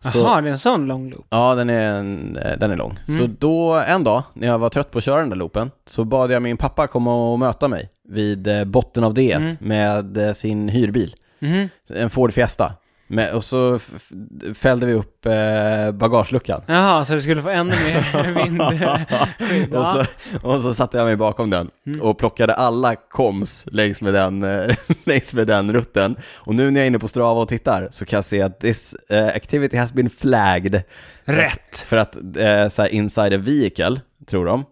A: Så-
B: Jaha, det är en sån lång loop.
A: Ja, den är, en- eh, den är lång. Så då, en dag, när jag var trött på att köra den där loopen, så bad jag min pappa komma och möta mig vid eh, botten av D1 med eh, sin hyrbil.
B: Mhm.
A: En Ford Fiesta. Med, och så f- f- fällde vi upp eh, bagageluckan.
B: Jaha, så du skulle få ännu mer vindskydd?
A: och,
B: Ja. Mm.
A: så, och så satte jag mig bakom den och plockade alla koms längs med, den, eh, längs med den rutten. Och nu när jag är inne på Strava och tittar så kan jag se att this eh, activity has been flagged.
B: Rätt.
A: För att eh, så här, inside a vehicle, tror de.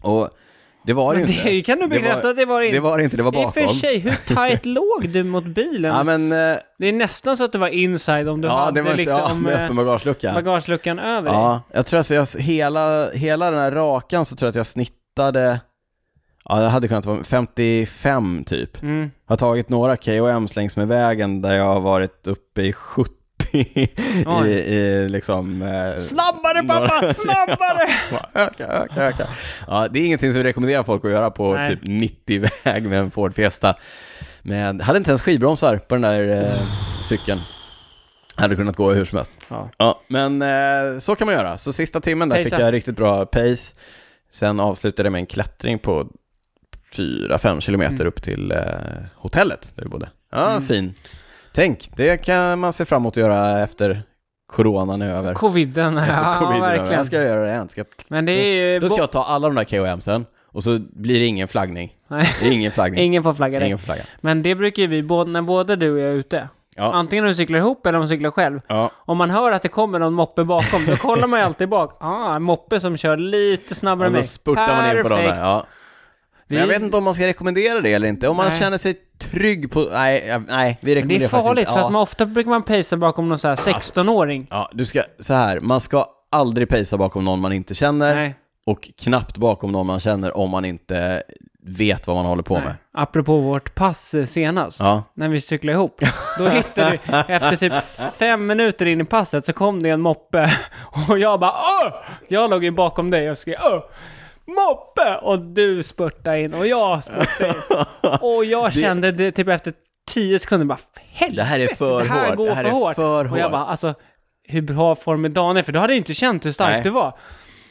A: Och det var det ju inte.
B: Det kan du bekräfta att det var in.
A: Det var det inte, det var
B: I och
A: bakom.
B: för sig, hur tight låg du mot bilen?
A: Ja, men, eh,
B: Det är nästan så att det var inside om du
A: ja
B: hade
A: det var inte ja,
B: liksom
A: med
B: eh,
A: öppen bagagelucka.
B: bagageluckan över dig.
A: Ja, jag tror att jag, hela, hela den här rakan så tror jag att jag snittade, ja det hade kunnat vara 55 typ.
B: Mm.
A: Har tagit några KOMs längs med vägen där jag har varit uppe i 70 i,
B: Oj.
A: i liksom... eh,
B: Snabbare pappa,
A: några-
B: snabbare!
A: Bara, Öka, öka, öka. Ja, det är ingenting som vi rekommenderar folk att göra på
B: Nej.
A: typ 90-väg med en Ford Fiesta. Men hade inte ens skivbromsar på den där eh, cykeln. Hade kunnat gå hur som helst.
B: Ja.
A: Ja, men eh, så kan man göra. Så sista timmen där
B: Pacea.
A: fick jag riktigt bra pace. Sen avslutade jag med en klättring på 4-5 kilometer upp till eh, hotellet där vi bodde. Ja, fin. Tänk, det kan man se fram emot att göra efter coronan är över.
B: Coviden,
A: Efter
B: ja,
A: covid är över.
B: verkligen.
A: Jag ska göra det igen. Ska,
B: Men det är ju...
A: då ska
B: bo-
A: jag ta alla de där KOMsen och så blir det ingen flaggning.
B: Nej,
A: Det är ingen flaggning.
B: ingen får flagga dig.
A: ingen flagga.
B: Men det brukar ju vi, både, när både du och jag är ute.
A: Ja.
B: Antingen när du cyklar ihop eller om du cyklar själv.
A: ja.
B: Om man hör att det kommer någon moppe bakom, då kollar man ju alltid bak. Ah, en moppe som kör lite snabbare
A: Och
B: än
A: så
B: mig.
A: spurtar man in på dem där.
B: Perfekt.
A: Ja. Men jag
B: Vi-
A: vet inte om man ska rekommendera det eller inte. Om man
B: Nej.
A: känner sig trygg på... Nej, jag- nej vi
B: Men det
A: rekommenderar
B: är
A: faktiskt
B: farligt
A: inte.
B: för
A: Ja.
B: att man ofta brukar man pejsa bakom någon sån här 16-åring.
A: Ja, du ska... Så här, man ska aldrig pejsa bakom någon man inte känner.
B: Nej.
A: Och knappt bakom någon man känner om man inte vet vad man håller på med.
B: Apropå vårt pass eh, senast,
A: Ja.
B: när vi cyklade ihop. Då hittade vi, efter typ fem minuter in i passet så kom det en moppe och jag bara Åh! Jag låg ju bakom dig och skrek Åh! Moppe! Och du spurtade in och jag spurtade in. Och jag kände det, typ efter tio sekunder bara helvete!
A: Det här är för
B: det här
A: hårt.
B: Går
A: Det här
B: för
A: är
B: hårt.
A: för
B: Och jag
A: hårt.
B: bara alltså, hur bra form är Daniel? För då hade jag inte känt hur stark
A: Nej.
B: du var.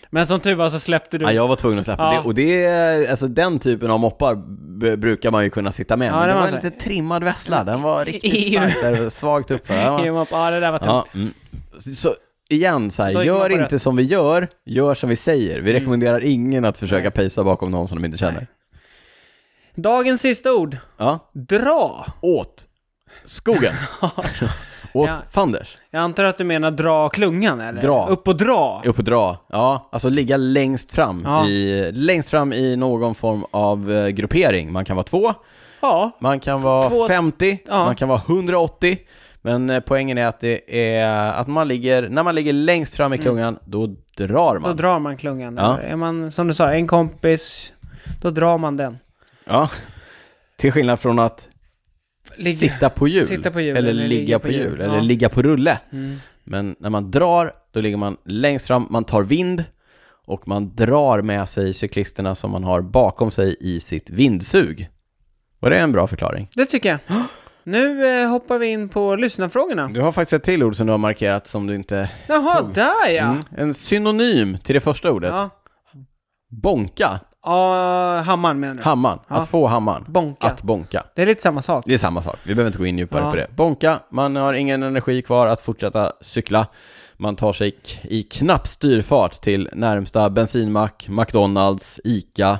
B: Men som tur var så släppte du.
A: Ja, jag var tvungen att släppa
B: Ja.
A: det. Och det, är- alltså den typen av moppar b- brukar man ju kunna sitta med.
B: Ja,
A: men
B: det
A: det var
B: var
A: en
B: så.
A: lite trimmad vessla. Den var riktigt
B: EU.
A: stark där och svagt uppför. Den var-
B: jag... Ja, det där var tungt.
A: Ja, mm. Så igen, så
B: Då
A: här,
B: gick man
A: gör
B: på Mm.
A: inte
B: rätt.
A: som vi gör, gör som vi säger. Vi rekommenderar ingen att försöka pejsa bakom någon som de inte känner.
B: Dagens sista ord.
A: Ja.
B: Dra.
A: Åt skogen. Åt
B: Ja.
A: fanders.
B: Jag antar att du menar dra klungan eller?
A: Dra.
B: Upp och dra.
A: Upp och dra. Ja, alltså ligga längst fram,
B: Ja.
A: i, längst fram i någon form av eh, gruppering. Man kan vara två,
B: Ja.
A: man kan vara
B: två-
A: 50,
B: Ja.
A: man kan vara 180. Men eh, poängen är att det är att man ligger, när man ligger längst fram i klungan, då drar
B: Mm. Då
A: man.
B: drar man klungan.
A: Ja.
B: Eller Är man, som du sa, en kompis, då drar man den.
A: Ja. Till skillnad från att
B: Ligga-
A: sitta på hjul.
B: sitta på hjul
A: eller, ligga på hjul. Eller
B: ja. Mm.
A: ligga på rulle. Men när man drar, då ligger man längst fram, man tar vind och man drar med sig cyklisterna som man har bakom sig i sitt vindsug. Och det är en bra förklaring.
B: Det tycker jag. Nu eh, hoppar vi in på lyssnarfrågorna.
A: Du har faktiskt ett till ord som du har markerat som du inte...
B: Jaha, där ja!
A: Mm. En synonym till det första ordet.
B: Ja,
A: Bonka,
B: ja hammaren menar du?
A: hammaren.
B: Ja.
A: Att få hammaren.
B: Bonka.
A: Att bonka.
B: Det är lite samma sak.
A: Det är samma sak, vi behöver inte gå in djupare
B: Ja.
A: på det. Bonka, man har ingen energi kvar att fortsätta cykla. Man tar sig k- i knapp styrfart till närmsta bensinmack, McDonalds, ICA,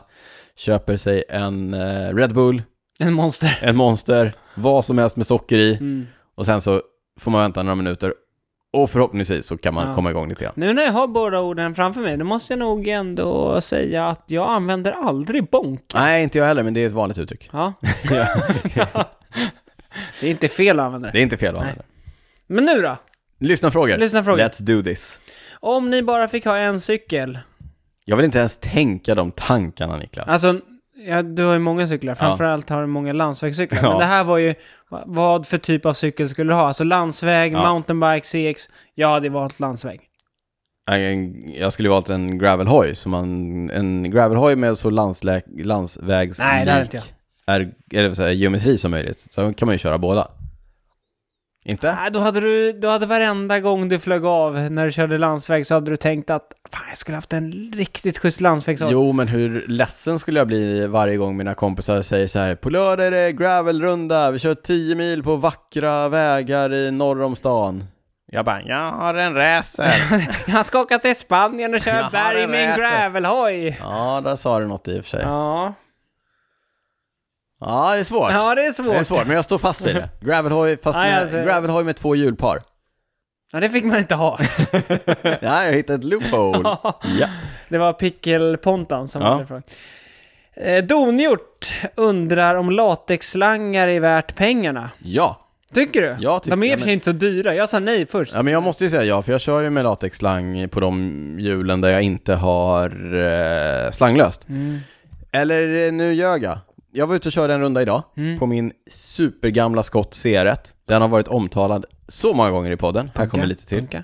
A: köper sig en eh, Red Bull,
B: En monster.
A: en Monster, vad som helst med socker i
B: Mm.
A: och sen så får man vänta några minuter och förhoppningsvis så kan man
B: Ja.
A: komma igång lite grann.
B: Nu när jag har båda orden framför mig, då måste jag nog ändå säga att jag använder aldrig bonk.
A: Nej, inte jag heller, men det är ett vanligt uttryck.
B: Ja. det är inte fel att använda det.
A: Det är inte fel att använda.
B: Men nu då?
A: Lyssna frågor.
B: Lyssna frågor.
A: Let's do this.
B: Om ni bara fick ha en cykel,
A: Jag vill inte ens tänka de tankarna, Niklas.
B: alltså ja, du har ju många cyklar, framförallt har du många landsvägscyklar.
A: Ja.
B: Men det här var ju, va- vad för typ av cykel skulle du ha? Alltså landsväg,
A: Ja.
B: mountainbike, CX. Jag hade valt landsväg.
A: En- Jag skulle ju valt en gravelhoj, som man, en gravelhoj med så landsläk, landsvägs
B: Nej, det hade inte jag.
A: är, eller vad säger jag, geometri som möjligt. Så kan man ju köra båda. Inte?
B: Nej, Äh, då hade du, då hade varenda gång du flög av när du körde landsväg så hade du tänkt att fan jag skulle haft en riktigt schysst landsvägsåk.
A: Jo, men hur ledsen skulle jag bli varje gång mina kompisar säger så här På lördag är det gravelrunda, vi kör 10 mil på vackra vägar i norr om stan. Jag bara, jag har en racer.
B: Jag ska åka till Spanien och köra
A: Jaha,
B: berg i
A: det
B: min
A: reser.
B: gravelhoj.
A: ja, där sa du något i och för sig. Ja,
B: Ja.
A: det är svårt.
B: ja, det är svårt.
A: Det är svårt, men jag står fast vid det. Gravelhoj, fast
B: Ja,
A: med,
B: jag ser det.
A: gravelhoj med två hjulpar.
B: Ja, det fick man inte ha.
A: Ja, jag hittade ett loophole. ja.
B: Det var Pickelpontan som
A: Ja.
B: hade frågan. Eh, Donhjort undrar om latexslangar är värt pengarna.
A: ja.
B: Tycker du?
A: Jag tycker-
B: De är i
A: ja,
B: och för sig
A: men-
B: inte så dyra. Jag sa nej först.
A: Ja, men jag måste ju säga ja, för jag kör ju med latexslang på de hjulen där jag inte har eh, slanglöst.
B: Mm.
A: Eller eh, nu ljög jag. Jag var ute och körde en runda idag
B: Mm.
A: på min supergamla Scott C1. Den har varit omtalad så många gånger i podden. Här kommer lite till.
B: Funka.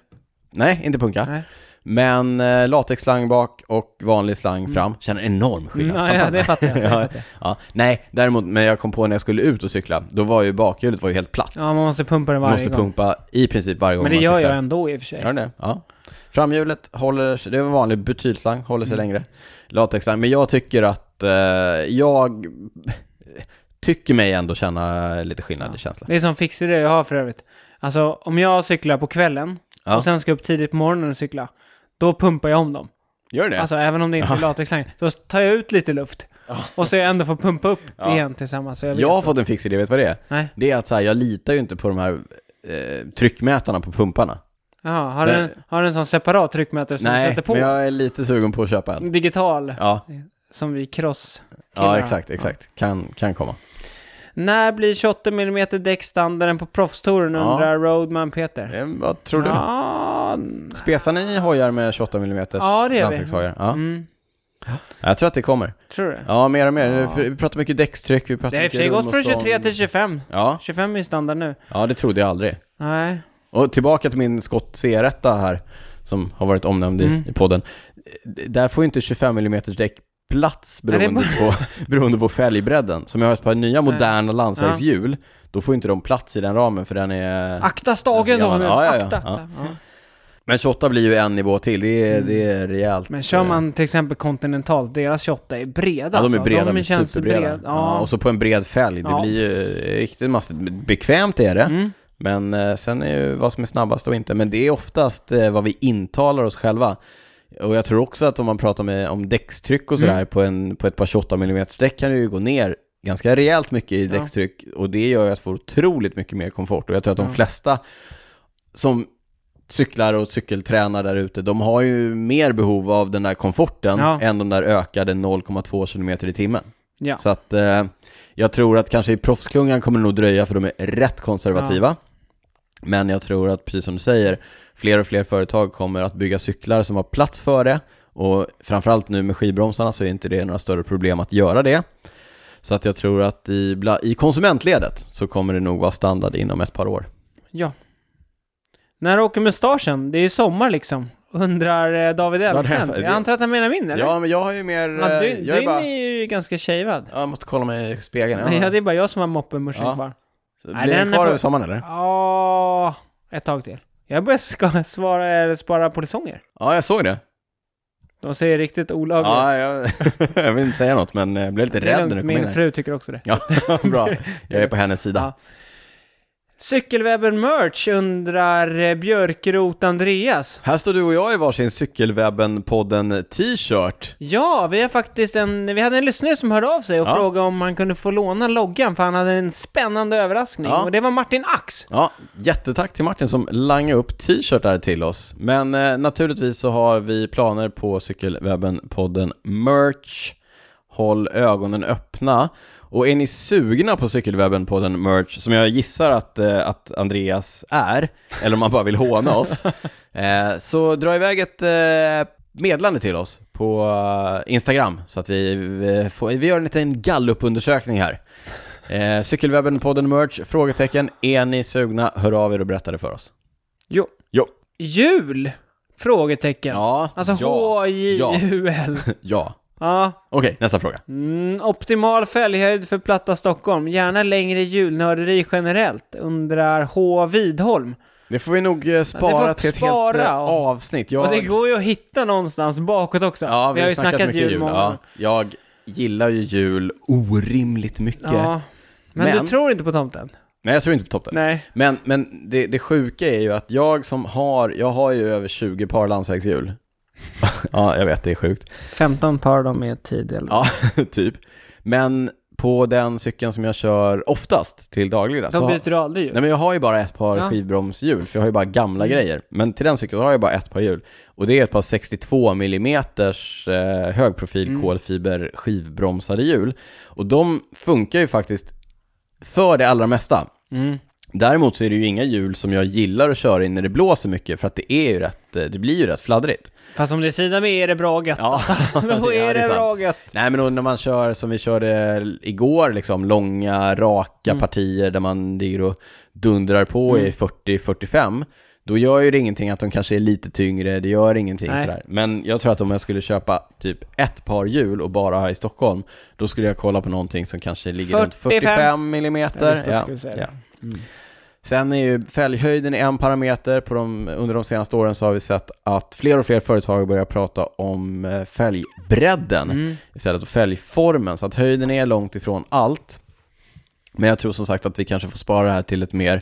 A: Nej, inte punka.
B: Nej.
A: Men eh, latexslang bak och vanlig slang fram. Känner enorm skillnad.
B: Mm, ja, ja, det fattar jag. Det
A: ja,
B: fattar jag.
A: ja. Nej, däremot, men jag kom på när jag skulle ut och cykla, då var ju bakhjulet var ju helt platt.
B: Ja, man måste pumpa den varje
A: Måste
B: gång.
A: pumpa i princip varje gång
B: men det
A: man
B: gör
A: cyklar.
B: jag ändå i och för sig.
A: Gör den det? Ja. Framhjulet håller sig, det är en vanlig butylslang, håller sig
B: Mm.
A: längre. Latexslang, men jag tycker att eh, jag tycker mig ändå känna lite skillnad i känslan.
B: Det är som fixar det jag har för övrigt. Alltså, om jag cyklar på kvällen
A: Ja.
B: och sen ska jag upp tidigt på morgonen och cykla, då pumpar jag om dem.
A: Gör det?
B: Alltså även om det inte är latexslang, då tar jag ut lite luft. Och så jag ändå får pumpa upp igen tillsammans. Så jag vet.
A: jag har fått en fix idé, vet du vad det är?
B: Nej.
A: Det är att så här, jag litar ju inte på de här eh, tryckmätarna på pumparna.
B: Jaha, har, du en, har du en sån separat tryckmätare som du
A: Nej,
B: sätter på? Mm.
A: men jag är lite sugen på att köpa en.
B: Digital,
A: Ja,
B: som vi cross
A: ja exakt, exakt. Kan, kan komma.
B: När blir 28 mm däck standarden på proffstouren
A: Ja.
B: undrar Roadman Peter.
A: Eh, vad tror du?
B: Ja,
A: Spesar ni hojar med 28 mm
B: Ja, det gör vi.
A: landsvägshojar? Ja.
B: mm,
A: Jag tror att det kommer.
B: tror du?
A: Ja, mer och mer.
B: Ja.
A: Vi pratar mycket däckstryck, vi pratar
B: Det har i och
A: mycket
B: för sig gått från
A: rullmotstånd.
B: 23 till 25.
A: Ja,
B: 25 är standard nu.
A: ja, det trodde jag aldrig.
B: Nej.
A: Och tillbaka till min Scott C1 här, som har varit omnämnd i,
B: Mm.
A: i podden. D- Där får ju inte 25 mm däck plats
B: Nej, det är
A: beroende, på, beroende på fälgbredden. Som jag har ett par nya moderna landsvägshjul, då får inte de plats i den ramen för den är...
B: Akta stagen
A: Ja,
B: då nu!
A: ja, ja, ja.
B: akta, akta. Ja.
A: Men 28 blir ju en nivå till, det är, det är rejält.
B: Mm. Men kör man till exempel Continental, deras 28 är breda
A: Ja, de är
B: alltså.
A: breda, de
B: de
A: är
B: känns
A: superbreda.
B: bred-
A: ja.
B: Ja.
A: och så på en bred fälg, det
B: Ja.
A: blir ju riktigt mastigt. Bekvämt är det,
B: Mm.
A: men eh, sen är ju vad som är snabbast och inte. Men det är oftast eh, vad vi intalar oss själva. Och jag tror också att om man pratar med, om däckstryck och sådär
B: Mm.
A: på, en, på ett par 28 mm däck kan det ju gå ner ganska rejält mycket i
B: Ja.
A: däckstryck och det gör ju att få otroligt mycket mer komfort. Och jag tror att de
B: Ja.
A: flesta som cyklar och cykeltränar där ute, de har ju mer behov av den där komforten
B: Ja.
A: än de där ökade 0,2 km i timmen.
B: Ja.
A: Så att eh, jag tror att kanske i proffsklungan kommer det nog dröja för de är rätt konservativa. Men jag tror att, precis som du säger, fler och fler företag kommer att bygga cyklar som har plats för det. Och framförallt nu med skivbromsarna så är inte det några större problem att göra det. Så att jag tror att i, bla- i konsumentledet så kommer det nog vara standard inom ett par år.
B: ja. När åker mustaschen? Det är ju sommar liksom. Undrar eh, David
A: det är-
B: Elften. Jag antar att han menar min eller?
A: Ja, men jag har ju mer...
B: Ja,
A: eh,
B: du,
A: jag, är
B: din
A: bara,
B: är ju ganska shavead.
A: Ja, jag måste kolla mig i spegeln.
B: Ja.
A: Ja.
B: det är bara jag som har moppemuschen
A: Ja.
B: kvar.
A: Så
B: Nej,
A: Blir den
B: den är
A: kvar
B: för-
A: över sommaren eller?
B: Ja, ett tag till. Jag börjar ska svara, eller spara polisonger.
A: Ja, jag såg det.
B: De ser riktigt olagliga ut.
A: Ja, jag, jag vill inte säga något, men jag blev lite
B: Det är
A: rädd
B: lugnt,
A: när du kom in
B: Min
A: här.
B: fru tycker också det.
A: Ja, bra. Jag är på hennes sida.
B: Ja. Cykelwebben Merch undrar eh, Björkrot Andreas.
A: Här står du och jag i varsin Cykelwebben-podden t-shirt.
B: Ja, vi har faktiskt en, vi hade en lyssnare som hörde av sig och
A: Ja.
B: frågade om han kunde få låna loggan för han hade en spännande överraskning.
A: Ja.
B: Och det var Martin Ax.
A: Ja, jättetack till Martin som langade upp t-shirtar till oss. Men eh, naturligtvis så har vi planer på Cykelwebben-podden Merch. Håll ögonen öppna. Och är ni sugna på Cykelwebben-podden Merch, som jag gissar att, eh, att Andreas är, eller om han bara vill håna oss, eh, så dra iväg ett eh, meddelande till oss på eh, Instagram så att vi, eh, får, vi gör en liten gallupundersökning här. Eh, cykelwebben, podden merch, frågetecken. Är ni sugna? Hör av er och berätta det för oss.
B: Jo.
A: Jo.
B: Jul? Frågetecken.
A: Ja,
B: Alltså
A: ja,
B: H-J-U-L.
A: ja.
B: Ja.
A: Okej, nästa fråga.
B: Mm, optimal fälghöjd för platta Stockholm. Gärna längre julnörderi generellt, undrar H. Widholm.
A: Det får vi nog eh,
B: Ja, det
A: spara
B: får
A: till ett
B: spara,
A: helt eh,
B: ja.
A: avsnitt. Jag,
B: Och det går ju att hitta någonstans bakåt också.
A: ja, vi,
B: har ju snackat,
A: mycket
B: jul,
A: jul.
B: många
A: Ja,
B: gånger.
A: jag gillar ju jul orimligt mycket.
B: Ja. Men,
A: Men-
B: du tror inte på tomten?
A: Nej, jag tror inte på toppen.
B: Nej.
A: Men, men det, det sjuka är ju att jag som har, jag har ju över 20 par landsvägshjul. ja, jag vet, det är sjukt.
B: 15 par av dem är tid eller?
A: Ja, typ. Men på den cykeln som jag kör oftast till dagligdags. så
B: De
A: har-
B: byter du aldrig ju.
A: Nej men jag har ju bara ett par
B: Ja. Mm.
A: skivbromshjul, för jag har ju bara gamla grejer. Men till den cykeln har jag bara ett par hjul. Och det är ett par 62 mm eh, högprofil
B: Mm.
A: kolfiber skivbromsade hjul. Och de funkar ju faktiskt för det allra mesta.
B: Mm.
A: Däremot så är det ju inga hjul som jag gillar att köra i när det blåser mycket, för att det är ju rätt, eh, det blir ju rätt fladdrigt.
B: Fast om det är sida med är det bra gött.
A: Ja,
B: Då är det bra gött.
A: Nej men då när man kör som vi körde igår, liksom långa, raka
B: Mm.
A: partier där man ligger och dundrar på i 40-45, då gör ju det ingenting att de kanske är lite tyngre, det gör ingenting
B: Nej.
A: sådär. Men jag tror att om jag skulle köpa typ ett par hjul och bara ha i Stockholm, då skulle jag kolla på någonting som kanske ligger runt
B: 45.
A: 45 mm.
B: Jag visste att du skulle säga det. Mm.
A: Sen är ju fälghöjden en parameter. På de, under de senaste åren så har vi sett att fler och fler företag börjar prata om eh, fälgbredden
B: Mm.
A: istället för fälgformen. Så att höjden är långt ifrån allt. Men jag tror som sagt att vi kanske får spara det här till ett mer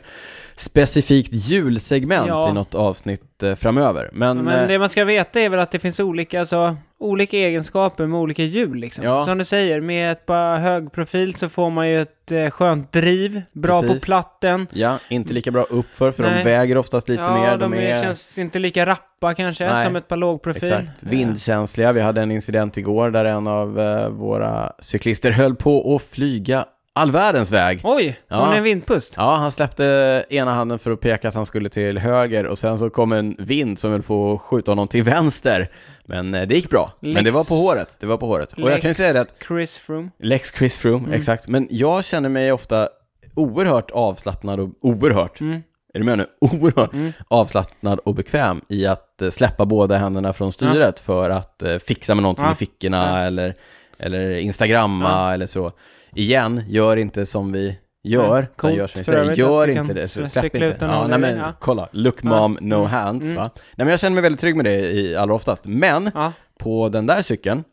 A: specifikt julsegment
B: Ja.
A: i något avsnitt eh, framöver. Men,
B: Men
A: eh,
B: det man ska veta är väl att det finns olika, alltså, olika egenskaper med olika hjul liksom.
A: Ja.
B: Som du säger, med ett par hög profil så får man ju ett eh, skönt driv, bra
A: Precis.
B: på platten.
A: ja, inte lika bra uppför för de
B: Nej.
A: väger oftast lite
B: ja,
A: mer.
B: de, är... känns inte lika rappa kanske
A: Nej.
B: som ett par lågprofil.
A: Exakt, vindkänsliga. Vi hade en incident igår där en av eh, våra cyklister höll på att flyga all världens väg.
B: Eh, Oj,
A: Ja.
B: har ni en vindpust?
A: Ja, han släppte ena handen för att peka att han skulle till höger och sen så kom en vind som höll på att skjuta honom till vänster. Men eh, det gick bra. Men
B: Lex-
A: det var på håret. Det var på håret. Och jag kan ju säga det att Mm.
B: Chris Froome.
A: Lex Chris Froome, exakt. Men jag känner mig ofta oerhört avslappnad och oerhört,
B: Mm,
A: är du med nu? Oerhört avslappnad och bekväm i att eh, släppa båda händerna från styret för att eh, fixa med någonting
B: Ja.
A: i fickorna eller, eller instagramma eller så. Igen, gör inte som vi gör,
B: Nej,
A: utan
B: coolt
A: gör som vi
B: för
A: säger.
B: övrigt
A: Gör
B: att vi
A: inte
B: kan
A: det, så
B: cykla
A: släpp
B: ut
A: inte.
B: en
A: Ja, nej,
B: avluring,
A: men,
B: ja.
A: Kolla, look
B: Ja. Mm.
A: mom, no hands va? Nej men jag känner mig väldigt trygg med det i allra oftast. Men
B: Ja.
A: på den där cykeln,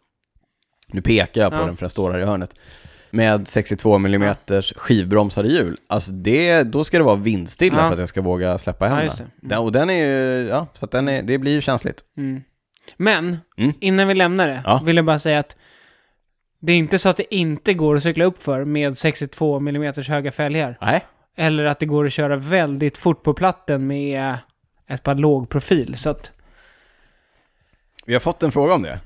A: nu pekar jag på
B: Ja.
A: den för den står här i hörnet, med 62 mm skivbromsade hjul, alltså det, då ska det vara vindstilla
B: Ja.
A: för att jag ska våga släppa
B: Ja,
A: händerna.
B: just det. Mm.
A: Den, och den är ju, ja, så att den är, det blir ju känsligt.
B: Mm. Men,
A: Mm.
B: innan vi lämnar det,
A: Ja.
B: vill jag bara säga att det är inte så att det inte går att cykla upp för med 62 mm höga fälgar.
A: Nej.
B: Eller att det går att köra väldigt fort på platten med ett par lågprofil. Så att,
A: Vi har fått en fråga om det.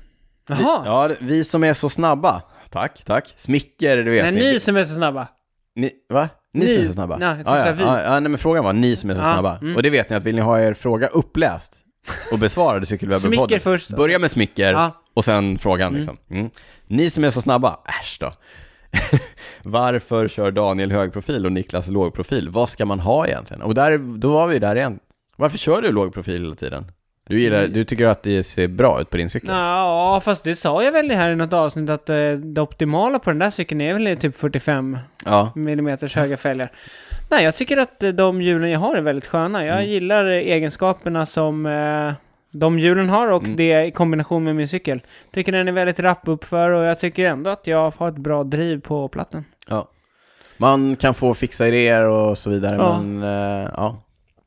B: jaha,
A: Ja, det- vi som är så snabba. Tack, tack. Smicker, du vet.
B: det är ni som är så snabba.
A: Ni, va? Ni, som är
B: Ni-
A: så snabba?
B: Nej, jag
A: ja,
B: tror
A: ja,
B: jag vi.
A: ja, ja, nej, men frågan var ni som är så
B: Ja, mm.
A: snabba. Och det vet ni att vill ni ha er fråga uppläst och besvarad i
B: Smicker
A: Cykelwebben-podden,
B: först.
A: börja med smicker
B: Ja.
A: och sen frågan liksom. Mm. Ni som är så snabba, äsch då. Varför kör Daniel högprofil och Niklas lågprofil? Vad ska man ha egentligen? Och där, då var vi där igen. Varför kör du lågprofil hela tiden? Du, gillar, du tycker att det ser bra ut på din cykel?
B: Mm. Ja, fast det sa jag väl här i något avsnitt att eh, det optimala på den där cykeln är väl typ 45
A: Ja.
B: millimeters höga fälgar. Nej, jag tycker att eh, de hjulen jag har är väldigt sköna. Jag gillar eh, egenskaperna som eh, de hjulen har och det i kombination med min cykel. Tycker den är väldigt rapp uppför och jag tycker ändå att jag har ett bra driv på platten.
A: ja. Man kan få fixa idéer och så vidare,
B: Ja.
A: men eh, ja.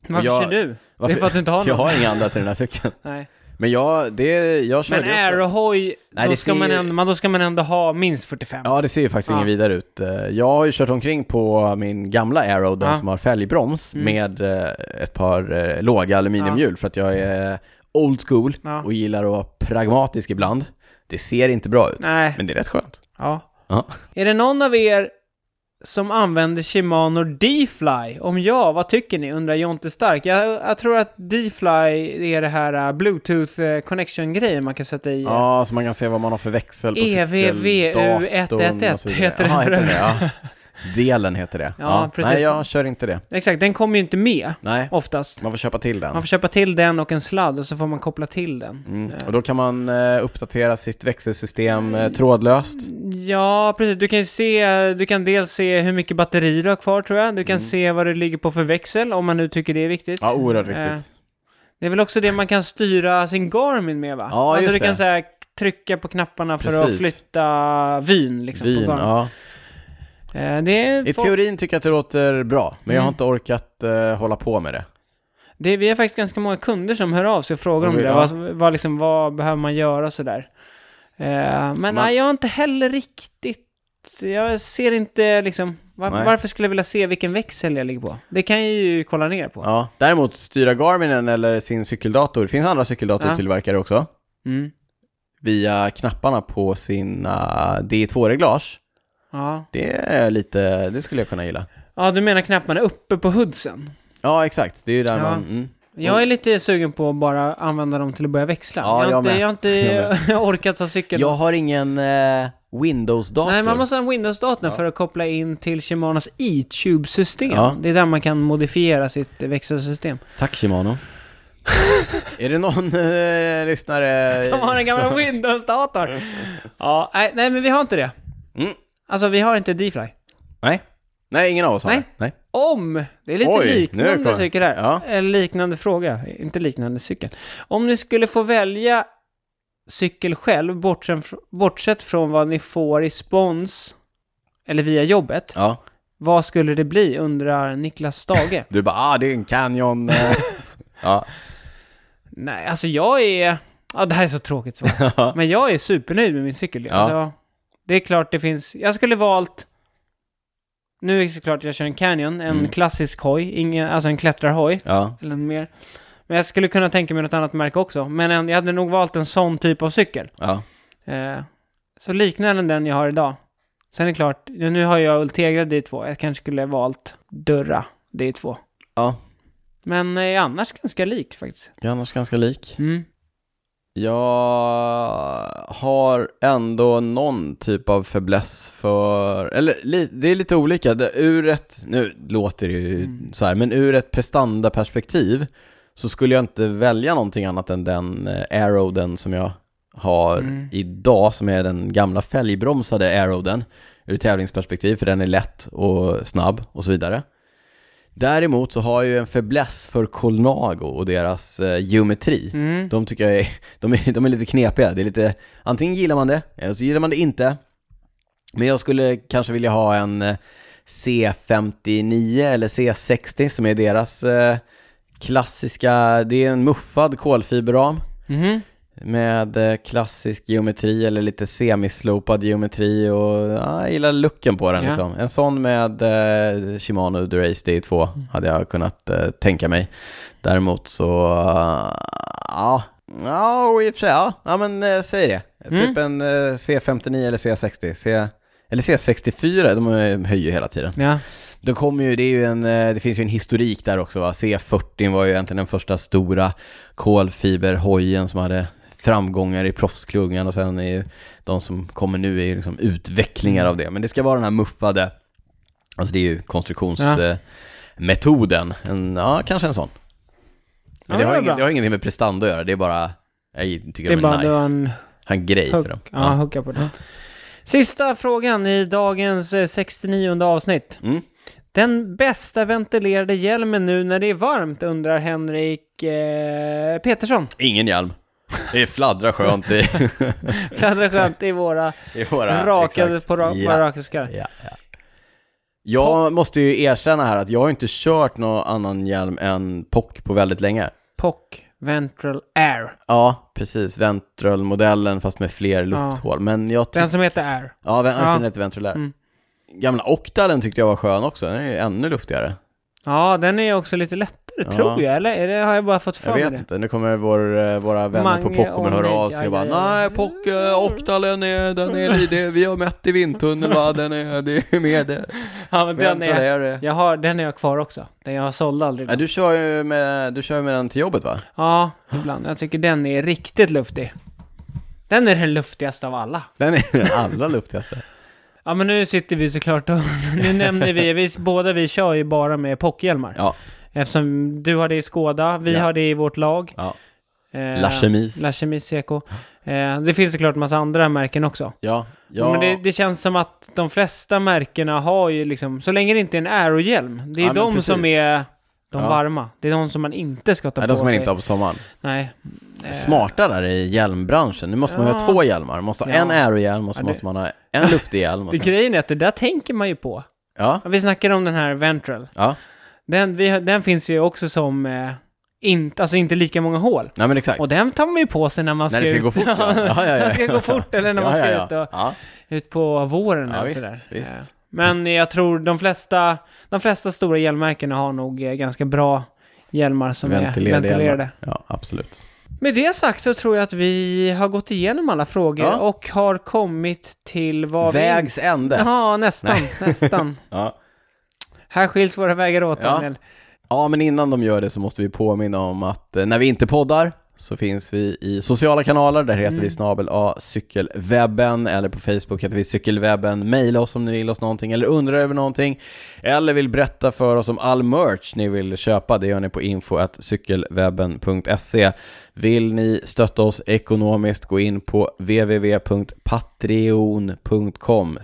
B: Varför
A: jag-
B: ser du? Det är för att du inte har någon.
A: Jag har inga andra till den här cykeln.
B: Nej.
A: Men jag, det, jag kör
B: Men aerohoj,
A: Nej,
B: då,
A: det
B: ska
A: ser
B: man
A: ju-
B: ändå- men då ska man ändå ha minst 45.
A: Ja, det ser ju faktiskt inget
B: Ja.
A: vidare ut. Eh, Jag har ju kört omkring på min gamla Aero, den
B: Ja. Mm.
A: som har fälgbroms, med eh, ett par eh, låga aluminiumhjul för att jag är old school
B: Ja.
A: och gillar att vara pragmatisk ibland. Det ser inte bra ut,
B: Nej.
A: men det är rätt skönt.
B: Ja.
A: Ja.
B: Är det någon av er som använder Shimano D-Fly? Om ja, vad tycker ni? Undrar Jonte Stark. Jag, jag tror att D-Fly är det här eh, Bluetooth eh, connection-grejen man kan sätta i. eh,
A: Ja, så man kan se vad man har för växel på
B: E
A: cykeldatorn och så vidare.
B: heter
A: Ja,
B: den
A: heter
B: för
A: det. Ja. Delen heter det.
B: precis.
A: Nej, jag kör inte det.
B: Exakt, den kommer ju inte med
A: Nej,
B: oftast.
A: man får köpa till den.
B: Man får köpa till den och en sladd och så får man koppla till den.
A: Mm. Och då kan man eh, uppdatera sitt växelsystem eh, trådlöst.
B: Mm. Ja, precis. Du kan ju se, du kan dels se hur mycket batteri du har kvar tror jag. Du kan se vad det ligger på för växel om man nu tycker det är viktigt.
A: Mm. Ja, oerhört
B: Eh,
A: viktigt.
B: Det är väl också det man kan styra sin Garmin med va?
A: Ja,
B: alltså
A: just
B: du kan
A: det.
B: så här, trycka på knapparna för
A: Precis.
B: att flytta vyn liksom
A: Vyn,
B: på Garmin.
A: ja.
B: Eh, Det, är
A: I
B: folk-
A: teorin tycker jag att det låter bra, men jag
B: Mm.
A: har inte orkat eh, hålla på med det.
B: det är, vi har faktiskt ganska många kunder som hör av sig och frågar om
A: Och vi-
B: det.
A: ja.
B: Vad, vad, liksom, vad behöver man göra och sådär. Eh, men nej, jag har inte heller riktigt... Jag ser inte liksom... Var,
A: Nej.
B: varför skulle jag vilja se vilken växel jag ligger på? Det kan jag ju kolla ner på.
A: Ja. Däremot styra Garminen eller sin cykeldator, det finns andra cykeldatortillverkare också,
B: Mm.
A: via knapparna på sina D2-reglage.
B: Ja.
A: Det är lite, det skulle jag kunna gilla.
B: ja, du menar knapparna uppe på hoodsen?
A: Ja, exakt. Det är ju där
B: Ja.
A: man... Mm.
B: Jag är lite sugen på att bara använda dem till att börja växla.
A: Ja,
B: jag,
A: jag
B: har inte,
A: med.
B: jag har inte orkat ta cykeln.
A: Jag har ingen eh, Windows-dator.
B: Nej, man måste ha en Windows-datorn för att koppla in till Shimanos e-tube-system.
A: Ja.
B: Det är där man kan modifiera sitt eh, växelsystem.
A: Tack Shimano. är det någon eh, lyssnare...
B: Som har en gammal Windows-dator. Ja, nej, nej, men vi har inte det.
A: Mm.
B: Alltså, vi har inte D-Fly.
A: Nej. Nej, ingen av oss har
B: Nej.
A: det. Nej.
B: Om, det är lite
A: Oj, nu
B: liknande
A: kom-
B: cykel här.
A: Ja.
B: En liknande fråga, inte liknande cykel. Om ni skulle få välja cykel själv, bortsett, bortsett från vad ni får i spons eller via jobbet,
A: Ja.
B: Vad skulle det bli, undrar Niklas Stage.
A: Du bara, ah, det är en canyon. eh. ja.
B: Nej, alltså jag är... Ja, det här är så tråkigt svar. Men jag är supernöjd med min cykel. Alltså, det är klart det finns... Jag skulle valt... Nu är det såklart jag kör en Canyon, en
A: Mm.
B: klassisk hoj, ingen, alltså en klättrarhoj.
A: ja.
B: Eller mer. Men jag skulle kunna tänka mig något annat märke också. Men en, jag hade nog valt en sån typ av cykel.
A: Ja.
B: Eh, så liknande den jag har idag. Sen är det klart, nu har jag Ultegra D2. Jag kanske skulle ha valt Durra D2.
A: Ja.
B: Men eh, annars ganska likt faktiskt.
A: Jag är annars ganska lik.
B: Mm.
A: Jag har ändå någon typ av fäbless för, eller li, det är lite olika. Det, ur ett, nu låter det ju
B: Mm.
A: så här, men ur ett prestandaperspektiv så skulle jag inte välja någonting annat än den eh, Aeroden som jag har
B: Mm.
A: idag, som är den gamla fälgbromsade Aeroden ur tävlingsperspektiv, för den är lätt och snabb och så vidare. Däremot så har jag ju en fäbless för Colnago och deras eh, geometri.
B: Mm.
A: De tycker jag är, de är, de är lite knepiga. Det är lite, antingen gillar man det, eller så gillar man det inte. Men jag skulle kanske vilja ha en eh, C59 eller C60 som är deras eh, klassiska, det är en muffad kolfiberram
B: Mhm.
A: med eh, klassisk geometri eller lite semislopad geometri och ja, jag gillar looken på den
B: Ja.
A: liksom. En sån med eh, Shimano Durace D2
B: Mm.
A: hade jag kunnat eh, tänka mig. Däremot så, eh, ja, ja och i och för sig, ja, ja men eh, säg det.
B: Mm.
A: Typ en eh, C59 eller C60, C, eller C64, de eh, höjer ju hela tiden.
B: Ja.
A: Det kommer ju, det är ju en, eh, det finns ju en historik där också va. C40 var ju egentligen den första stora kolfiberhojen som hade framgångar i proffsklungan och sen är ju de som kommer nu är ju liksom utvecklingar av det. Men det ska vara den här muffade, alltså det är ju
B: Ja.
A: konstruktionsmetoden. En, ja, kanske en sån. Men det,
B: Ja, det
A: har
B: är
A: inget,
B: bra.
A: det har ingenting med prestanda att göra, det är bara, jag
B: Det
A: tycker
B: är
A: de
B: bara
A: är
B: nice.
A: nice.
B: en
A: Han grej
B: hook.
A: för dem.
B: Ja, hooka på det. Sista frågan i dagens eh, 69 avsnitt.
A: Mm.
B: Den bästa ventilerade hjälmen nu när det är varmt undrar Henrik eh, Petersson.
A: Ingen hjälm. Det fladdrar skönt i,
B: Fladdrar skönt i våra
A: i våra...
B: rakade
A: exakt.
B: på ra-
A: Ja.
B: våra rakfiskar.
A: Ja, ja. Jag måste ju erkänna här att jag har inte kört någon annan hjälm än POC på väldigt länge.
B: POC Ventral Air.
A: Ja, precis. Ventralmodellen fast med fler lufthål. Men jag tycker...
B: Den som heter Air.
A: Ja, alltså, ven-
B: Ja.
A: ja. den heter ventralär.
B: Mm.
A: Gamla Octalen tyckte jag var skön också. Den är ju ännu luftigare.
B: Ja, den är också lite lättare
A: Ja.
B: tror jag, eller? Är det, har jag bara fått
A: Jag
B: för mig
A: vet
B: det?
A: inte. Nu kommer vår, eh, våra vänner på
B: Mange
A: POC kommer höra
B: Ångel,
A: av sig och
B: ja,
A: bara
B: ja, ja.
A: Nej, POC, eh, Octalen är... Den är det, vi har mätt i vindtunneln va. Den är... Det är med det.
B: Ja, men den är,
A: Ventralär. eh.
B: jag har, den är jag kvar också. Den jag sålde aldrig.
A: Ja, du kör ju med, du kör ju med den till jobbet va?
B: Ja, ibland. Jag tycker den är riktigt luftig. Den är den luftigaste av alla.
A: Den är den allra luftigaste.
B: Ja, men nu sitter vi såklart och... Nu nämnde vi, vi, båda vi kör ju bara med pockhjälmar.
A: Ja.
B: Eftersom du har det i Skåda, vi
A: Ja.
B: har det i vårt lag.
A: Ja.
B: Eh,
A: Lachemis.
B: Lachemi CK. Eh, det finns såklart massa andra märken också.
A: Ja, ja.
B: Men det, det känns som att de flesta märkena har ju liksom, så länge det inte är en aerohjälm, det är
A: Ja, men
B: de
A: precis.
B: som är de
A: Ja.
B: varma. Det är de som man inte ska ta
A: Nej,
B: på
A: de som man
B: sig.
A: inte har på sommaren.
B: Nej. Eh,
A: Smartare i hjälmbranschen. Nu måste man
B: Ja.
A: ha två hjälmar. Man måste ha
B: Ja.
A: en aerohjälm och så
B: Ja, det-
A: måste man ha en luftig hjälm. Och
B: Det,
A: sen...
B: grejen är att det där tänker man ju på.
A: Ja,
B: Vi snackade om den här Ventral.
A: ja.
B: Den, vi, har- den finns ju också som, eh, inte, alltså inte lika många hål.
A: Nej men exakt.
B: Och den tar man ju på sig när man ska,
A: När det ska
B: ut.
A: gå fort, ja. Ja, ja,
B: när
A: ja.
B: man ska gå fort eller när man
A: ja,
B: ska
A: ja,
B: ut,
A: ja.
B: och,
A: Ja.
B: ut på våren
A: Ja,
B: eller
A: visst,
B: sådär.
A: visst.
B: Eh, Men jag tror de flesta, de flesta stora hjälmmärkena har nog eh, ganska bra hjälmar som är
A: Ventilerade
B: ventilerade.
A: hjälmar. Ja, absolut.
B: Med det sagt så tror jag att vi har gått igenom alla frågor
A: Ja.
B: och har kommit till vad vi...
A: Vägs ände.
B: Ja, nästan, nästan.
A: Ja.
B: Här skiljs våra vägar åt,
A: Ja.
B: Daniel.
A: ja, men innan de gör det så måste vi påminna om att eh, när vi inte poddar så finns vi i sociala kanaler. Där heter vi snabel A cykelwebben eller på Facebook heter vi cykelwebben. Maila oss om ni vill oss någonting eller undrar över någonting. Eller vill berätta för oss om all merch ni vill köpa, det gör ni på info.cykelwebben.se. Vill ni stötta oss ekonomiskt, gå in på www.patreon.com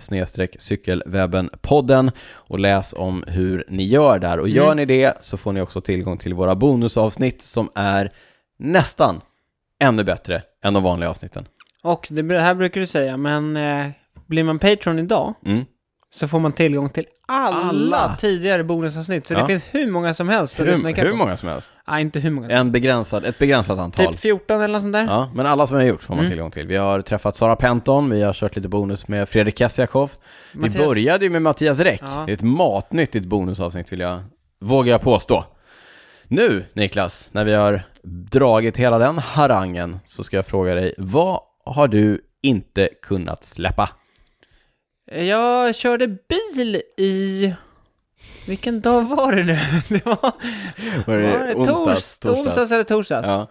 A: cykelwebbenpodden och läs om hur ni gör där. Och
B: Mm.
A: gör ni det så får ni också tillgång till våra bonusavsnitt som är nästan ännu bättre än de vanliga avsnitten.
B: Och det, det här brukar du säga, men eh, blir man Patreon idag
A: Mm.
B: så får man tillgång till alla,
A: Alla.
B: tidigare bonusavsnitt. Så
A: Ja.
B: det finns hur många som helst att lyssna
A: Hur,
B: ikapp
A: hur
B: på.
A: många som helst.
B: Nej, inte hur många som
A: En begränsad, ett begränsat antal.
B: Typ 14 eller något sånt där.
A: Ja, men alla som jag har gjort får
B: Mm.
A: man tillgång till. Vi har träffat Sara Penton, vi har kört lite bonus med Fredrik Kasiakov. Vi
B: Mattias-
A: började ju med Mattias Räck.
B: Ja.
A: Det är ett matnyttigt bonusavsnitt vill jag, vågar jag påstå. Nu, Niklas, när vi har dragit hela den harangen, så ska jag fråga dig, vad har du inte kunnat släppa?
B: Eh, Jag körde bil i... Vilken dag var det nu? Det var,
A: Var
B: var det tors, onsdags eller torsdags.
A: Ja.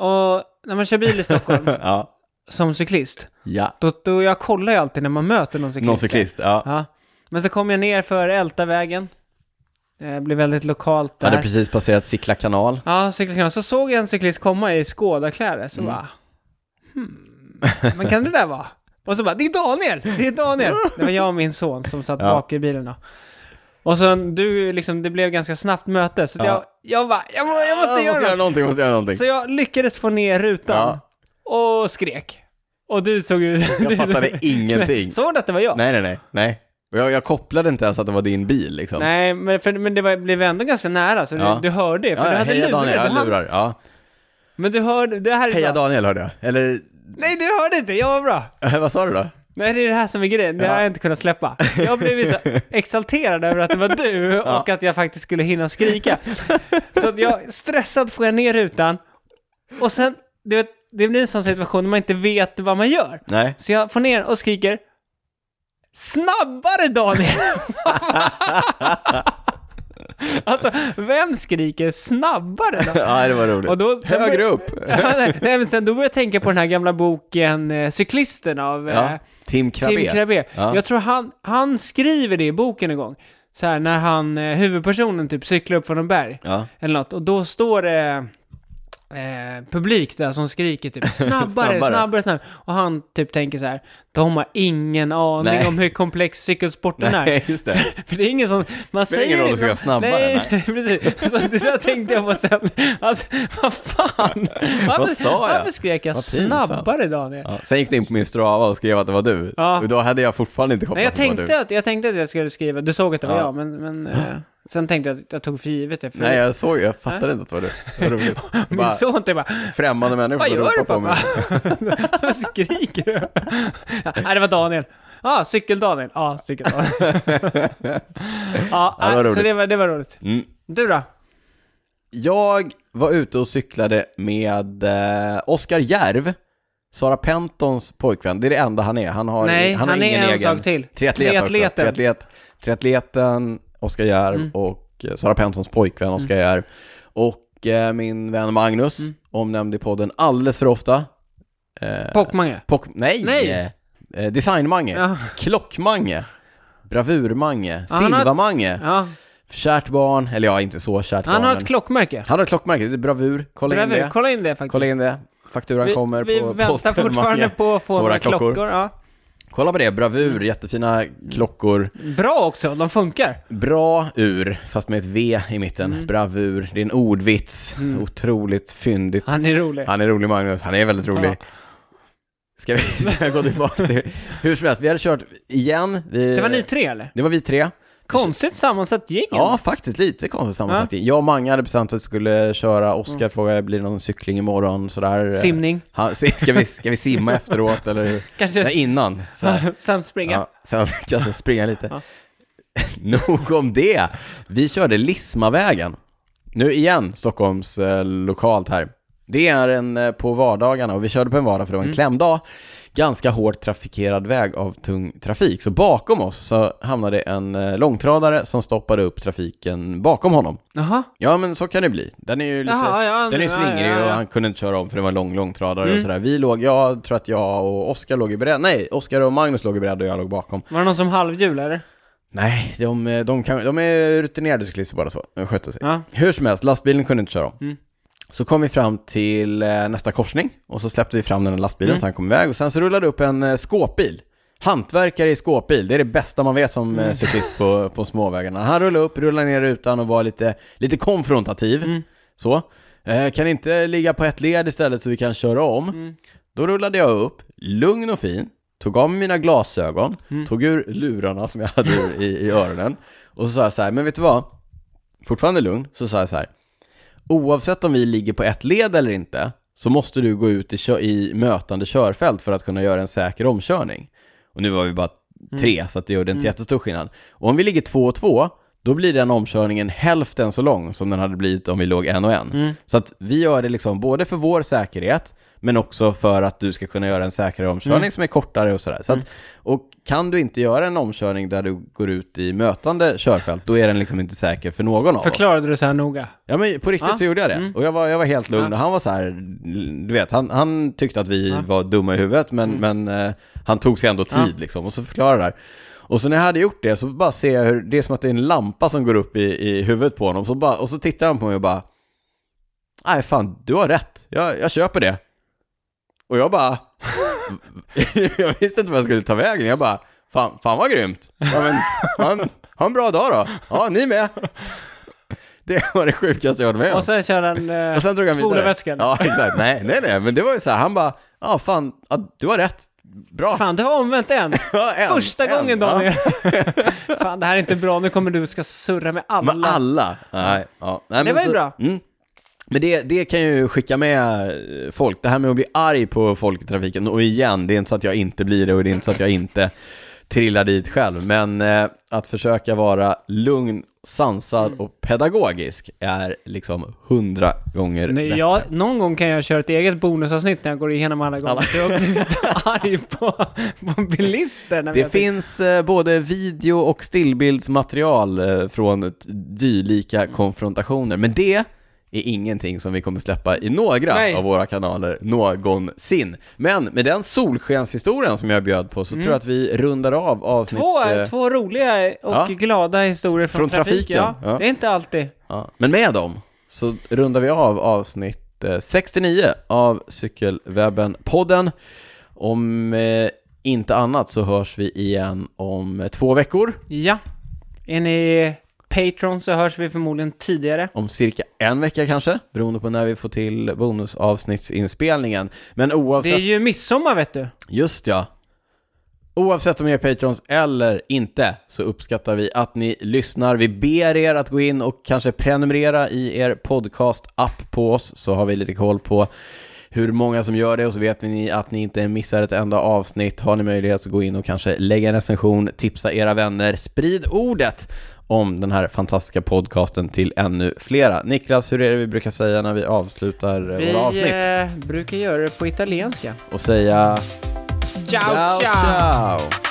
B: Och när man kör bil i Stockholm
A: ja.
B: som cyklist,
A: ja.
B: då, då jag kollar ju alltid när man möter någon cyklist.
A: Någon cyklist, ja.
B: Ja. Men så kom jag ner för Ältavägen. Det blev väldigt lokalt där.
A: Hade precis passerat Sickla kanal.
B: Ja, cyklistkanal. Så såg jag en cyklist komma i skådakläder,
A: Mm.
B: så bara... Hmm, men kan det där vara? Och så bara, det är Daniel! Det är Daniel! Det var jag och min son som satt
A: Ja.
B: bak i bilen då. Och så du, liksom, det blev ganska snabbt möte, så
A: Ja.
B: jag, jag bara, jag, må, jag måste
A: Ah,
B: göra något.
A: någonting, måste göra någonting.
B: Så jag lyckades få ner rutan och skrek. Och du såg ju...
A: Jag fattade ingenting.
B: Såg du att det var jag?
A: Nej, nej, nej. nej. Och Jag, jag kopplade inte ens att det var din bil liksom.
B: Nej, men, för, men det var, blev ändå ganska nära, så
A: Ja.
B: du, du hörde det. För
A: ja,
B: du hade
A: heja
B: lurar.
A: Daniel,
B: du hann-
A: jag lurar. Ja.
B: Men du hörde, det här är
A: Heja
B: bra.
A: Daniel hörde jag. Eller,
B: Nej, du hörde inte, jag var bra.
A: vad sa du då?
B: Nej, det är det här som är grejen. Det
A: Ja.
B: har jag inte kunnat släppa. Jag har blivit så exalterad över att det var du och att jag faktiskt skulle hinna skrika. Så att jag, stressad får jag ner rutan. Och sen, du vet, det blir en sån situation där man inte vet vad man gör.
A: Nej.
B: Så jag får ner och skriker Snabbare Daniel! alltså, vem skriker snabbare då?
A: Ja, det var roligt.
B: Och då-
A: Högre upp.
B: Ja, nej, nej, men sen då började jag tänka på den här gamla boken eh, Cyklisten av eh,
A: Ja. Tim Krabbe.
B: Tim Krabbe.
A: Ja.
B: Jag tror han, han skriver det i boken en gång. Så här, när han, eh, huvudpersonen typ cyklar upp från en berg.
A: Ja.
B: Eller något. Och då står det eh, publik där som skriker typ snabbare,
A: Snabbare.
B: snabbare, snabbare, Och han typ tänker så här, de har ingen aning
A: Nej.
B: om hur komplex cykelsporten är.
A: Nej, just det.
B: För det är ingen som... Man
A: Spelar
B: säger
A: ingen roll att
B: inte-
A: cykla snabbare,
B: Nej, precis. Så det där tänkte jag på sen. Alltså, vad fan? Varför,
A: sa jag?
B: Varför skrek jag
A: Vad pinsamt.
B: snabbare, Daniel?
A: Ja. Sen gick du in på min strava och skrev att det var du.
B: Ja.
A: Och då hade jag fortfarande inte kopplat
B: Nej, jag
A: att det var du.
B: tänkte, att, jag tänkte att jag skulle skriva, du såg att det var
A: Ja.
B: jag, men, men eh, sen tänkte jag att jag tog för givet det. För
A: Nej, jag såg jag fattade inte att det var du. Det var roligt.
B: Äh. Min
A: Bara
B: son typ bara,
A: främmande människor
B: vad
A: som
B: gör
A: ropar
B: du
A: på mig.
B: pappa? Vad skriker du? Ja, Nej, det var Daniel. Ja, ah, cykel-Daniel. Ja, ah, cykel-Daniel. ja,
A: Ja, det var
B: nej, så
A: roligt.
B: det var, det var roligt.
A: Mm.
B: Du då?
A: Jag var ute och cyklade med eh, Oskar Järv, Sara Pentons pojkvän. Det är det enda han är. Han har,
B: Nej,
A: han
B: han,
A: har
B: är
A: ingen
B: en
A: egen.
B: sak till.
A: Triatlet också.
B: Triatleten. Mm.
A: Triatlet, triatleten, Oskar Järv och eh, Sara Pentons pojkvän Oskar Järv. Och eh, min vän Magnus,
B: Mm.
A: omnämnd i podden alldeles för ofta.
B: Pockmange.
A: Pock- nej!
B: Nej.
A: Eh, Designmange,
B: Ja.
A: Klockmange, Bravurmange,
B: Ja, han har-
A: Silvermange,
B: Ja,
A: Kärt barn, eller ja, inte så kärt barn.
B: han har
A: men-
B: ett klockmärke.
A: han har ett klockmärke, det är bravur. Kolla in
B: Bravur.
A: det.
B: Kolla in det faktiskt.
A: Kolla in det. Fakturan
B: vi,
A: kommer
B: vi
A: på
B: väntar
A: posten.
B: fortfarande
A: Mange.
B: på Mm. att få
A: Våra
B: några klockor.
A: klockor.
B: Ja.
A: Kolla på det, bravur, jättefina klockor.
B: Bra också, de funkar.
A: Bra ur, fast med ett V i mitten.
B: Mm.
A: Bravur, det är en ordvits. Otroligt fyndigt.
B: Han är rolig.
A: Han är rolig Magnus, han är väldigt rolig.
B: Ja.
A: Ska vi ska jag gå tillbaka till... Hur som helst, vi hade kört igen. Vi,
B: Det var ni tre eller?
A: Det var vi tre.
B: Konstigt sammansatt gäng.
A: Ja, faktiskt lite konstigt sammansatt. Jag och Mange hade bestämt att vi skulle köra. Oskar frågade, blir det någon cykling imorgon? Sådär.
B: Mm. Simning.
A: Han, ska, vi, ska vi simma efteråt eller
B: Kanske-
A: Nej, innan? Så här.
B: Sen springa.
A: Ja, sen så kanske springa lite. Nog om det. Vi körde Lismavägen. Nu igen, Stockholms eh, lokalt här. Det är en eh, på vardagarna och vi körde på en vardag för det var en klämdag. Ganska hårt trafikerad väg av tung trafik. Så bakom oss så hamnade en eh, långtradare som stoppade upp trafiken bakom honom.
B: Jaha.
A: Ja, men så kan det bli. Den är ju lite,
B: Jaha, ja,
A: den är ju
B: ja,
A: slingrig
B: ja, Mm. ja.
A: och han kunde inte köra om för det var en lång långtradare och sådär. Vi låg, jag tror att jag och Oskar låg i bredd, nej, Oskar och Magnus låg i bredd och jag låg bakom.
B: Var det någon som halvhjul eller?
A: Nej, de, eh, de, kan, de är rutinerade cyklister båda två, de skötte sig.
B: Ja.
A: Hur som helst, lastbilen kunde inte köra om.
B: Mm.
A: Så kom vi fram till eh, nästa korsning och så släppte vi fram den här lastbilen
B: Mm.
A: så han kom iväg och sen så rullade det upp en eh, skåpbil. Hantverkare i skåpbil, det är det bästa man vet som
B: Mm.
A: eh, cyklist på, på småvägarna. Han rullade upp, rullade ner rutan och var lite, lite konfrontativ.
B: Mm.
A: Så. Eh, kan
B: Mm.
A: inte ligga på ett led istället så vi kan köra om? Då rullade jag upp, lugn och fin, tog av mig mina glasögon,
B: Mm.
A: tog ur lurarna som jag hade i, i öronen och så sa jag så här, men vet du vad? Fortfarande lugn, så sa jag så här, oavsett om vi ligger på ett led eller inte så måste du gå ut i, kö- i mötande körfält för att kunna göra en säker omkörning. Och nu var vi bara tre, så att det gjorde inte jättestor skillnad. Och om vi ligger två och två, då blir den omkörningen hälften så lång som den hade blivit om vi låg en och en. Så att vi gör det liksom både för vår säkerhet, men också för att du ska kunna göra en säkrare omkörning som är kortare och sådär. Så att, och kan du inte göra en omkörning där du går ut i mötande körfält, då är den liksom inte säker för någon av oss.
B: Förklarade du så här noga?
A: Ja men på riktigt
B: Ja.
A: så gjorde jag det. Och jag var, jag var helt lugn och han var så här, du vet, han, han tyckte att vi var dumma i huvudet men, men eh, han tog sig ändå tid liksom och så förklarade det här. Och så när jag hade gjort det så bara ser jag hur, det är som att det är en lampa som går upp i, i huvudet på honom så bara, och så tittar han på mig och bara Nej fan, du har rätt. Jag, jag köper det. Och jag bara Jag visste inte vad jag skulle ta vägen. Jag bara Fan, fan vad grymt. Ja, men, han, ha en bra dag då. Ja, ni med. Det var det sjukaste jag varit med om.
B: Och sen kör han eh,
A: Och sen drog han vidare.
B: spolarvätskan.
A: Ja, exakt. Nej, nej, nej, men det var ju så här, han bara, ja fan, ja, du har rätt. Bra.
B: Fan, du har omvänt en!
A: Ja, en,
B: Första
A: en,
B: gången
A: ja.
B: Daniel! Fan, det här är inte bra. Nu kommer du och ska surra med alla.
A: Med alla. Nej, ja. Nej, men
B: var ju
A: så-
B: bra.
A: Mm. Men det, det kan ju skicka med eh, folk. Det här med att bli arg på folk i trafiken. Och igen, det är inte så att jag inte blir det och det är inte så att jag inte trillar dit själv. Men eh, att försöka vara lugn, sansad
B: Mm.
A: och pedagogisk är liksom hundra gånger
B: Nej,
A: bättre.
B: jag, någon gång kan jag köra ett eget bonusavsnitt när jag går igenom alla gånger. Jag har blivit arg på, på bilister. När vi
A: Det
B: har tyckt-
A: finns eh, både video och stillbildsmaterial eh, från ett dylika
B: Mm.
A: konfrontationer, men det är ingenting som vi kommer släppa i några
B: Nej.
A: av våra kanaler någonsin. Men med den solskenshistorien som jag bjöd på så tror jag att vi rundar av avsnitt...
B: Mm. Två,
A: eh,
B: två roliga och
A: ja.
B: glada historier från,
A: Från
B: trafiken.
A: trafiken,
B: Ja,
A: ja.
B: Det är inte alltid.
A: Ja. Men med dem så rundar vi av avsnitt eh, 69 av Cykelwebben-podden. Om eh, inte annat så hörs vi igen om eh, två veckor.
B: Ja. Är ni Patreon så hörs vi förmodligen tidigare.
A: om cirka en vecka kanske, beroende på när vi får till bonusavsnittsinspelningen. Men
B: Det är
A: oavsett,
B: ju midsommar vet du.
A: just ja, oavsett om ni är patrons eller inte så uppskattar vi att ni lyssnar. Vi ber er att gå in och kanske prenumerera i er podcast-app på oss så har vi lite koll på hur många som gör det och så vet ni att ni inte missar ett enda avsnitt. Har ni möjlighet så gå in och kanske lägga en recension, tipsa era vänner, sprid ordet om den här fantastiska podcasten till ännu flera. Niklas, hur är det vi brukar säga när vi avslutar eh,
B: Vi
A: våra avsnitt?
B: eh, brukar göra det på italienska.
A: Och säga
B: ciao! ciao.
A: ciao.